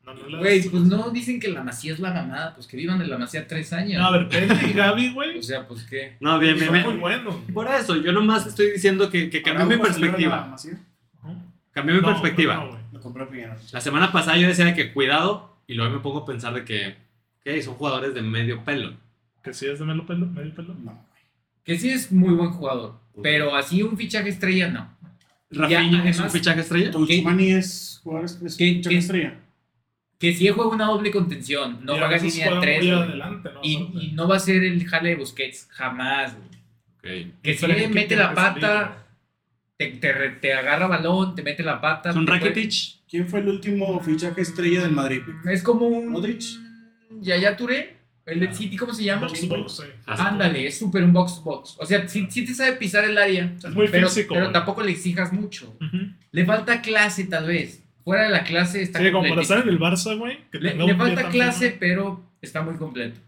No, no las- Güey, pues no dicen que la Masía es la mamada, pues que vivan en la Masía tres años. No, a ver, Pedri y Gaby, O güey, sea, pues qué. No, bien, bien, son muy bien. buenos. Por eso, yo nomás estoy diciendo que, que cambió mi Araujo se lo ganó a perspectiva. la Masía. Ujú. Cambió mi No, perspectiva. no, no, güey. Lo compró Figueroa. La semana pasada yo decía de que cuidado y luego me pongo a pensar de que, ok, son jugadores de medio pelo. que sí es de medio pelo, medio pelo. No. Que sí es muy buen jugador, pero así un fichaje estrella no. Rafinha es un además- fichaje estrella. Tuchumani es jugador es- es ¿Qué- mucha qué- estrella. Que sí juega una doble contención, no Y a juega veces línea juegan 3 muy adelante, ¿no? y, Aparte. y no va a ser el jale de Busquets, jamás. güey. Ok. Es Que si Pero le es mete tiene la que pata, te, te re- te agarra balón, te mete la pata. un te puede- Rakitic. Ah. ¿Quién fue el último fichaje estrella del Madrid? Es como un... Modric. Yaya Touré, El Ah. de City, ¿cómo se llama? Box to box, sí. Hasta- Ándale, es súper un box to box. O sea, sí, sí te sabe pisar el área, Es muy pero, físico. pero güey. tampoco le exijas mucho. Ujú. Le falta clase, tal vez. Fuera de la clase está Sí, como para completísimo. estar en el Barça, güey. que Le, tenga le un pie falta tan clase, firme. pero está muy completo.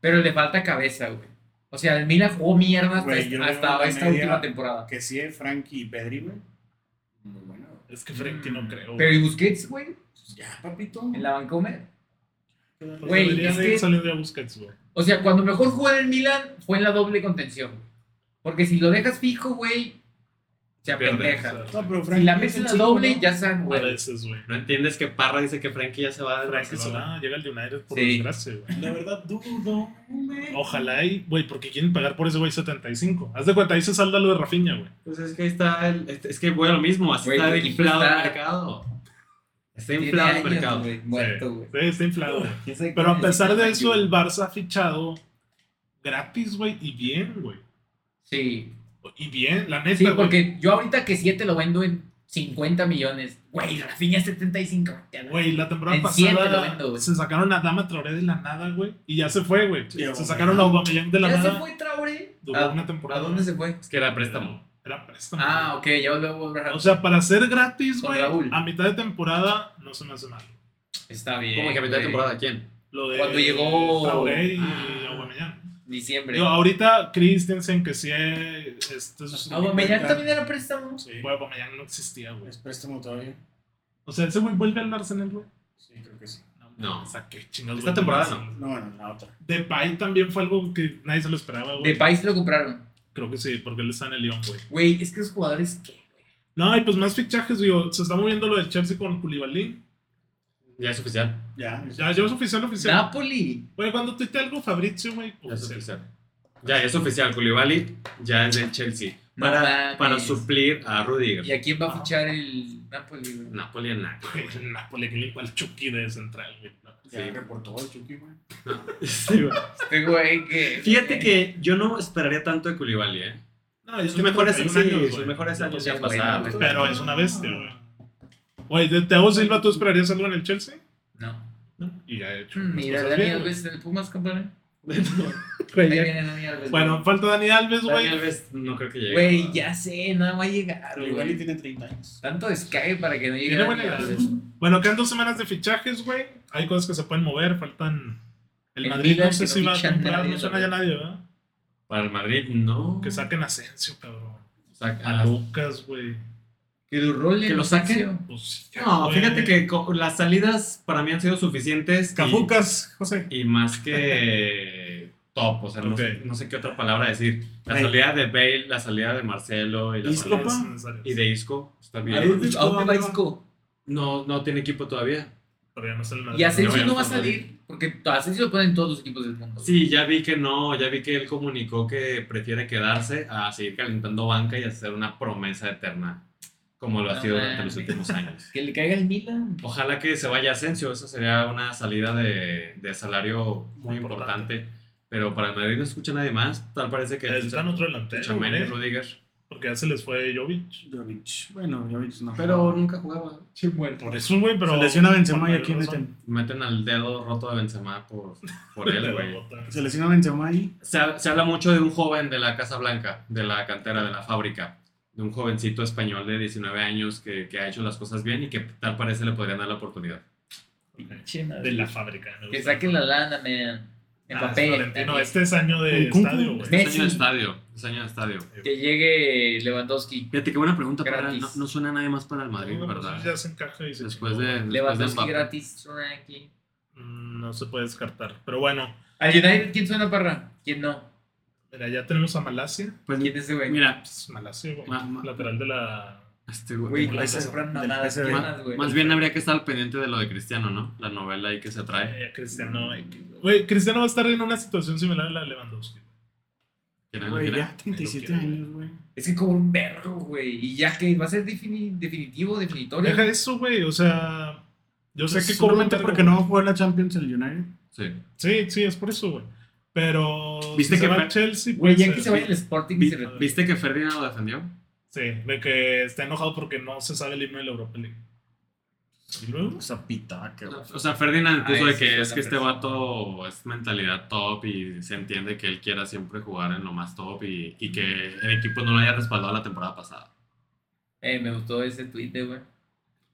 Pero le falta cabeza, güey. O sea, el Milan jugó mierda hasta, Güey, yo le hasta veo la esta media- última temporada. Que sí, Frankie y Pedri, güey. Muy bueno. güey. Es que Frenkie no creo. Pero ¿y Busquets, güey? Pues ya, papito. En la Bancomer. Pues güey, debería es de que- salir de Busquets, güey. O sea, cuando mejor jugó en el Milan fue en la doble contención. Porque si lo dejas fijo, güey, se Pierde, apendeja. o sea, No, pero Si la es metes en el la chico, doble, ¿no? ya saben, A güey. veces, güey. No entiendes que Parra dice que Frankie ya se va de Barcelona. Barcelona llega el de United por Sí. desgracia, güey. La verdad, dudo, güey. Ojalá y, güey, porque quieren pagar por ese güey 75. Haz de cuenta, ahí se salda lo de Rafinha, güey. Pues es que ahí está el, este, es es que voy a lo mismo, así Güey, está tu el equipo inflado el está- mercado. Está Tiene inflado el años, mercado. güey, Muerto, güey. Sí, está inflado. güey. ¿Quién sabe Pero a cómo pesar de necesita eso, aquí? el Barça ha fichado gratis, güey, y bien, güey. Sí, Y bien, la neta, sí, güey. porque yo ahorita que 7 lo vendo en 50 millones. Güey, Rafinha es 75. vete a la- Güey, la temporada En siete lo pasada vendo, güey. se sacaron a Dama Traoré de la nada, güey. Y ya se fue, güey. Sí, se güey. sacaron a Aubameyang de la ¿Ya nada. se fue Traoré? Duró ¿A, una ¿a temporada. dónde se fue? Es que era préstamo. Era préstamo. Ah, güey. ok, ya volvió a volver a- O sea, para ser gratis, Con güey, Raúl. a mitad de temporada no se me hace mal. Está bien. ¿Cómo que a mitad de güey. temporada quién? Lo de Cuando llegó- Traoré y Ah. Aubameyang. Diciembre. Digo, ahorita Christensen, que sí es... Este es Ah, bueno, Mellán también era préstamo. Sí, Güey, Aubameyang no existía, güey. es préstamo todavía. O sea, ese güey vuelve al Arsenal, güey. Sí, creo que sí. No. O sea, qué chingados. Esta güey, temporada al Arsenal. No, bueno, la otra. Depay también fue algo que nadie se lo esperaba, güey. De país lo compraron. Creo que sí, porque él está en el Lyon, güey. Güey, es que los jugadores, ¿qué? güey? No, y pues más fichajes, digo, se está moviendo lo del Chelsea con Koulibaly. Ya es oficial. Ya, Ya, ya es oficial, oficial. Napoli. Güey, cuando tuite algo, Fabrizio, güey. pues, eh, Ya es oficial. oficial. Ya es oficial. Koulibaly ya es del Chelsea. No Para, mames. para suplir a Rudiger. ¿Y a quién va a Ah. fichar el Napoli, güey? Napoli en la- Güey, el Napoli que limpia el Chucky de central, güey. No. ya Sí. reportó el Chucky, güey. Sí, güey. Este güey que. Fíjate que yo no esperaría tanto de Koulibaly, ¿eh? No, ya Sus tiene mejores, 31 sí, años, sus güey. mejores años ya Bueno, pasaron. güey. Pero es una bestia, güey. Güey, de Teo Silva, ¿tú esperarías algo en el Chelsea? No. Y ya he hecho. Mm, las Mira, cosas Dani bien, Alves, el Pumas, compadre. Ahí güey. Güey, ya- viene Dani Alves. Bueno, falta Dani Alves, Dani güey. Alves no creo que llegue. güey. Güey, ya sé, no va a llegar, Pero igual y güey. tiene 30 años. Tanto descague para que no llegue. Tiene Dani buena edad. Alves. Bueno, quedan dos semanas de fichajes, güey. Hay cosas que se pueden mover, faltan. El, El Madrid Milan, no sé que no si va a fichan comprar, nadie, no suena ya también. nadie, ¿verdad? Para el Madrid, no. Que saquen a Asensio, cabrón. Saca- A Lucas, güey. Que Durrole. Que lo saquen. Pues, ya, No, güey. fíjate que co- las salidas para mí han sido suficientes. y- Cafucas, José. Y, más que top, o sea, no, sé- Ok. no sé qué otra palabra decir. La Ahí. salida de Bale, la salida de Marcelo y, la Isco, salida- pa. Es necesario. y de Isco. Está bien. Arun- ¿A dónde va Isco? No, no tiene equipo todavía. Pero ya no es el Madrid. Y Asensio No, no va a no, no, no. salir. Porque a Asensio lo ponen en todos los equipos del mundo. Sí, ya vi que no, ya vi que él comunicó que prefiere quedarse a seguir calentando banca y hacer una promesa eterna, como lo ha No sido durante los mames. últimos años. Que le caiga el Milan. Ojalá que se vaya Asensio, esa sería una salida de, de salario muy importante. Pero para el Madrid no escucha nadie más, tal parece que Eh, Necesitan otro delantero. Chamén y güey, Rudiger. Porque ya se les fue Jovic. Jovic. Bueno, Jovic no. nunca jugaba. Che muerto. Por eso, güey, pero. se lesiona Benzema y por aquí alguna meten. Meten al dedo roto de Benzema por, por razón, él, le güey. rebotan. Se lesiona Benzema y Se, ha- se habla mucho de un joven de la Casa Blanca, de la cantera, de la fábrica. De un jovencito español de 19 años que, que ha hecho las cosas bien y que tal parece le podrían dar la oportunidad. De la fábrica. me Que gusta. saquen la lana, man. En Ah, sí, papel. Florentino, este es año de El Kun estadio, Kun. güey. Este Es año de Messi. estadio, es año de estadio. Que llegue Lewandowski. Fíjate, qué buena pregunta. Parra. Para, Gratis. no, No- no suena nadie más para el Madrid, Bueno, pues, ¿verdad? Ya se encaja y se Después chingó. de, pues, después de Lewandowski Mbappé. gratis. tranqui. Mm, No se puede descartar. Pero bueno, ¿Al United quién suena parra? ¿Quién no? mira, ya tenemos a Malasia. Pues, ¿Quién es ese güey? mira, Pues, Malasia, güey. Ma- ma- Lateral de la. este güey. Güey, Del las PSV, compran del mamadas. PSV. ¿Quién Ma- más, güey? Más bien habría que estar al pendiente de lo de Cristiano, ¿no? La novela ahí que se trae. eh, Cristiano. güey. Güey, Cristiano va a estar en una situación similar a la de Lewandowski. ¿Quién es? güey, ¿Quién es? ya 37 Ahí lo quiero. años, güey. Es que como un vergo, güey. Y ya que va a ser defini- definitivo, definitorio. Deja eso, güey. O sea, yo Pues, sé que cobran Solamente porque no va a jugar la Champions el United. Sí. Sí, sí, es por eso, güey. Pero ¿Viste si que se va Fer- al Chelsea, pues, eh, Güey, puede ya que ser. se vaya el Sporting y Vi- se retire. ¿Viste que Ferdinand lo defendió? Sí, de que está enojado porque no se sabe el himno de la Europa League. ¿Y luego? O sea, pitaca, güey. O sea, Ferdinand puso Ah, de ese que fue es la que este persona. vato es mentalidad top y se entiende que él quiera siempre jugar en lo más top y, y que el equipo no lo haya respaldado la temporada pasada. Eh, me gustó ese tweet de, Pues, güey.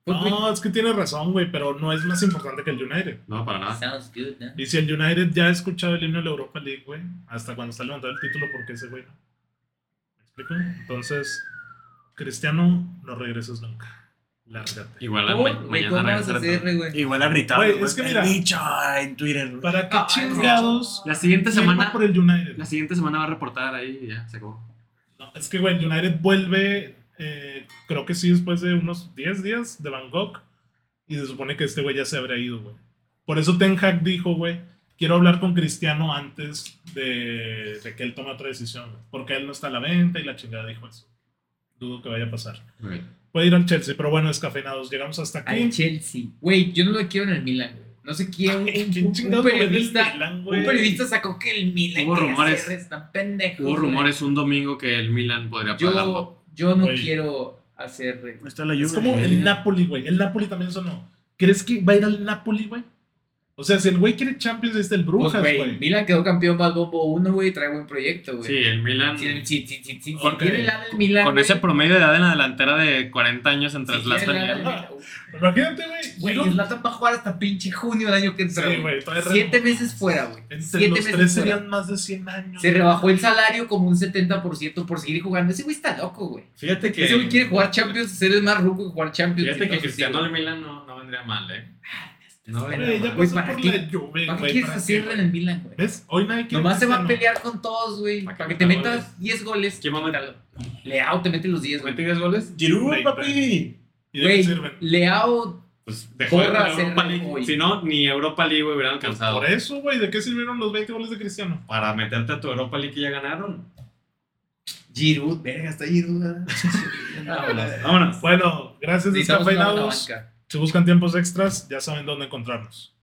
Fue tweet. No, es que tiene razón, güey, pero no es más importante que el United. No, para nada. Sounds good, ¿no? Y si el United ya ha escuchado el himno de la Europa League, güey, hasta cuando está levantado el título, ¿por qué ese güey no? ¿Me explico? Entonces, Cristiano, no regreses nunca. Lárgate. Igual Oh, ma- güey, mañana ¿Cómo vas a regresa. hacer, güey? Igual a gritar. Güey, güey, es que el mira. Pues, bicho en Twitter, güey. ¿Para qué Ay, chingados? Ah, La siguiente firma semana, por el United. la siguiente semana va a reportar ahí y ya, se acabó. No, es que, güey, el United vuelve, eh, creo que sí, después de unos 10 días de Bangkok. Y se supone que este güey ya se habrá ido, güey. Por eso Ten Hag dijo, güey, quiero hablar con Cristiano antes de, de que él tome otra decisión, güey, Porque él no está a la venta y la chingada dijo eso. Dudo que vaya a pasar. Puede ir al Chelsea, pero bueno, descafeinados. Llegamos hasta aquí. Al Chelsea. Güey, yo no lo quiero en el Milan, güey. No sé quién, un, Ay, un- ¿quién un chingados me dio el periodista, Milan, güey? un periodista sacó que el Milan Hubo quería rumores. hacer esta pendejo. Hubo güey. rumores un domingo que el Milan podría pagarlo. Yo, yo no Güey. quiero hacer... Está la Es lluvia. como el Napoli, güey. El Napoli también sonó. ¿Crees que va a ir al Napoli, güey? O sea, si el güey quiere Champions, ahí está el Pues, Brujas, güey, güey. Milan quedó campeón más bombo 1, güey, y trae buen proyecto, güey. Sí, el Milan Si, si, si, si, si Ok. quiere la del Milan, con güey, ese promedio de edad en la delantera de 40 años en si traslasta quiere la del Milan. Milan, Imagínate, güey. Güey, Digo, Zlatan va a jugar hasta pinche junio del año que entra, Sí, güey. güey, todavía Siete remo- meses fuera, güey. Entre Siete los meses tres fuera. serían más de 100 años. Se rebajó el salario como un 70% por seguir jugando. Ese güey está loco, güey. Fíjate que, Ese güey quiere jugar Champions, ser el más ruco y jugar Champions. fíjate que Entonces, Cristiano sí, al Milan no, no vendría mal, ¿eh? No güey. Güey, ya Güey, pasó ¿para por qué? la Juve, ¿Para qué güey, quieres ¿para hacer qué, en el Milan, güey? ¿Ves? Hoy nadie quiere Nomás se va a Cristiano. pelear con todos, güey. ¿Para Para, qué que te metan metas 10 goles. ¿Quién va a meter? quítalo. Leao te mete los 10, güey. ¿Mete 10 goles? Giroud, Veinte. papi. ¿Y de qué Güey, sirven? Leao Pues dejó de Corra jugar a ser Europa League. hoy. Si no, ni Europa League hubieran alcanzado. Pues, Por eso, güey, ¿de qué sirvieron los 20 goles de Cristiano? Para meterte a tu Europa League que ya ganaron. Giroud, verga, está Giroud. ¿verdad? Vámonos. vámonos. Bueno, gracias, Necesitamos una buena descafeinados. banca. Si buscan tiempos extras, ya saben dónde encontrarnos.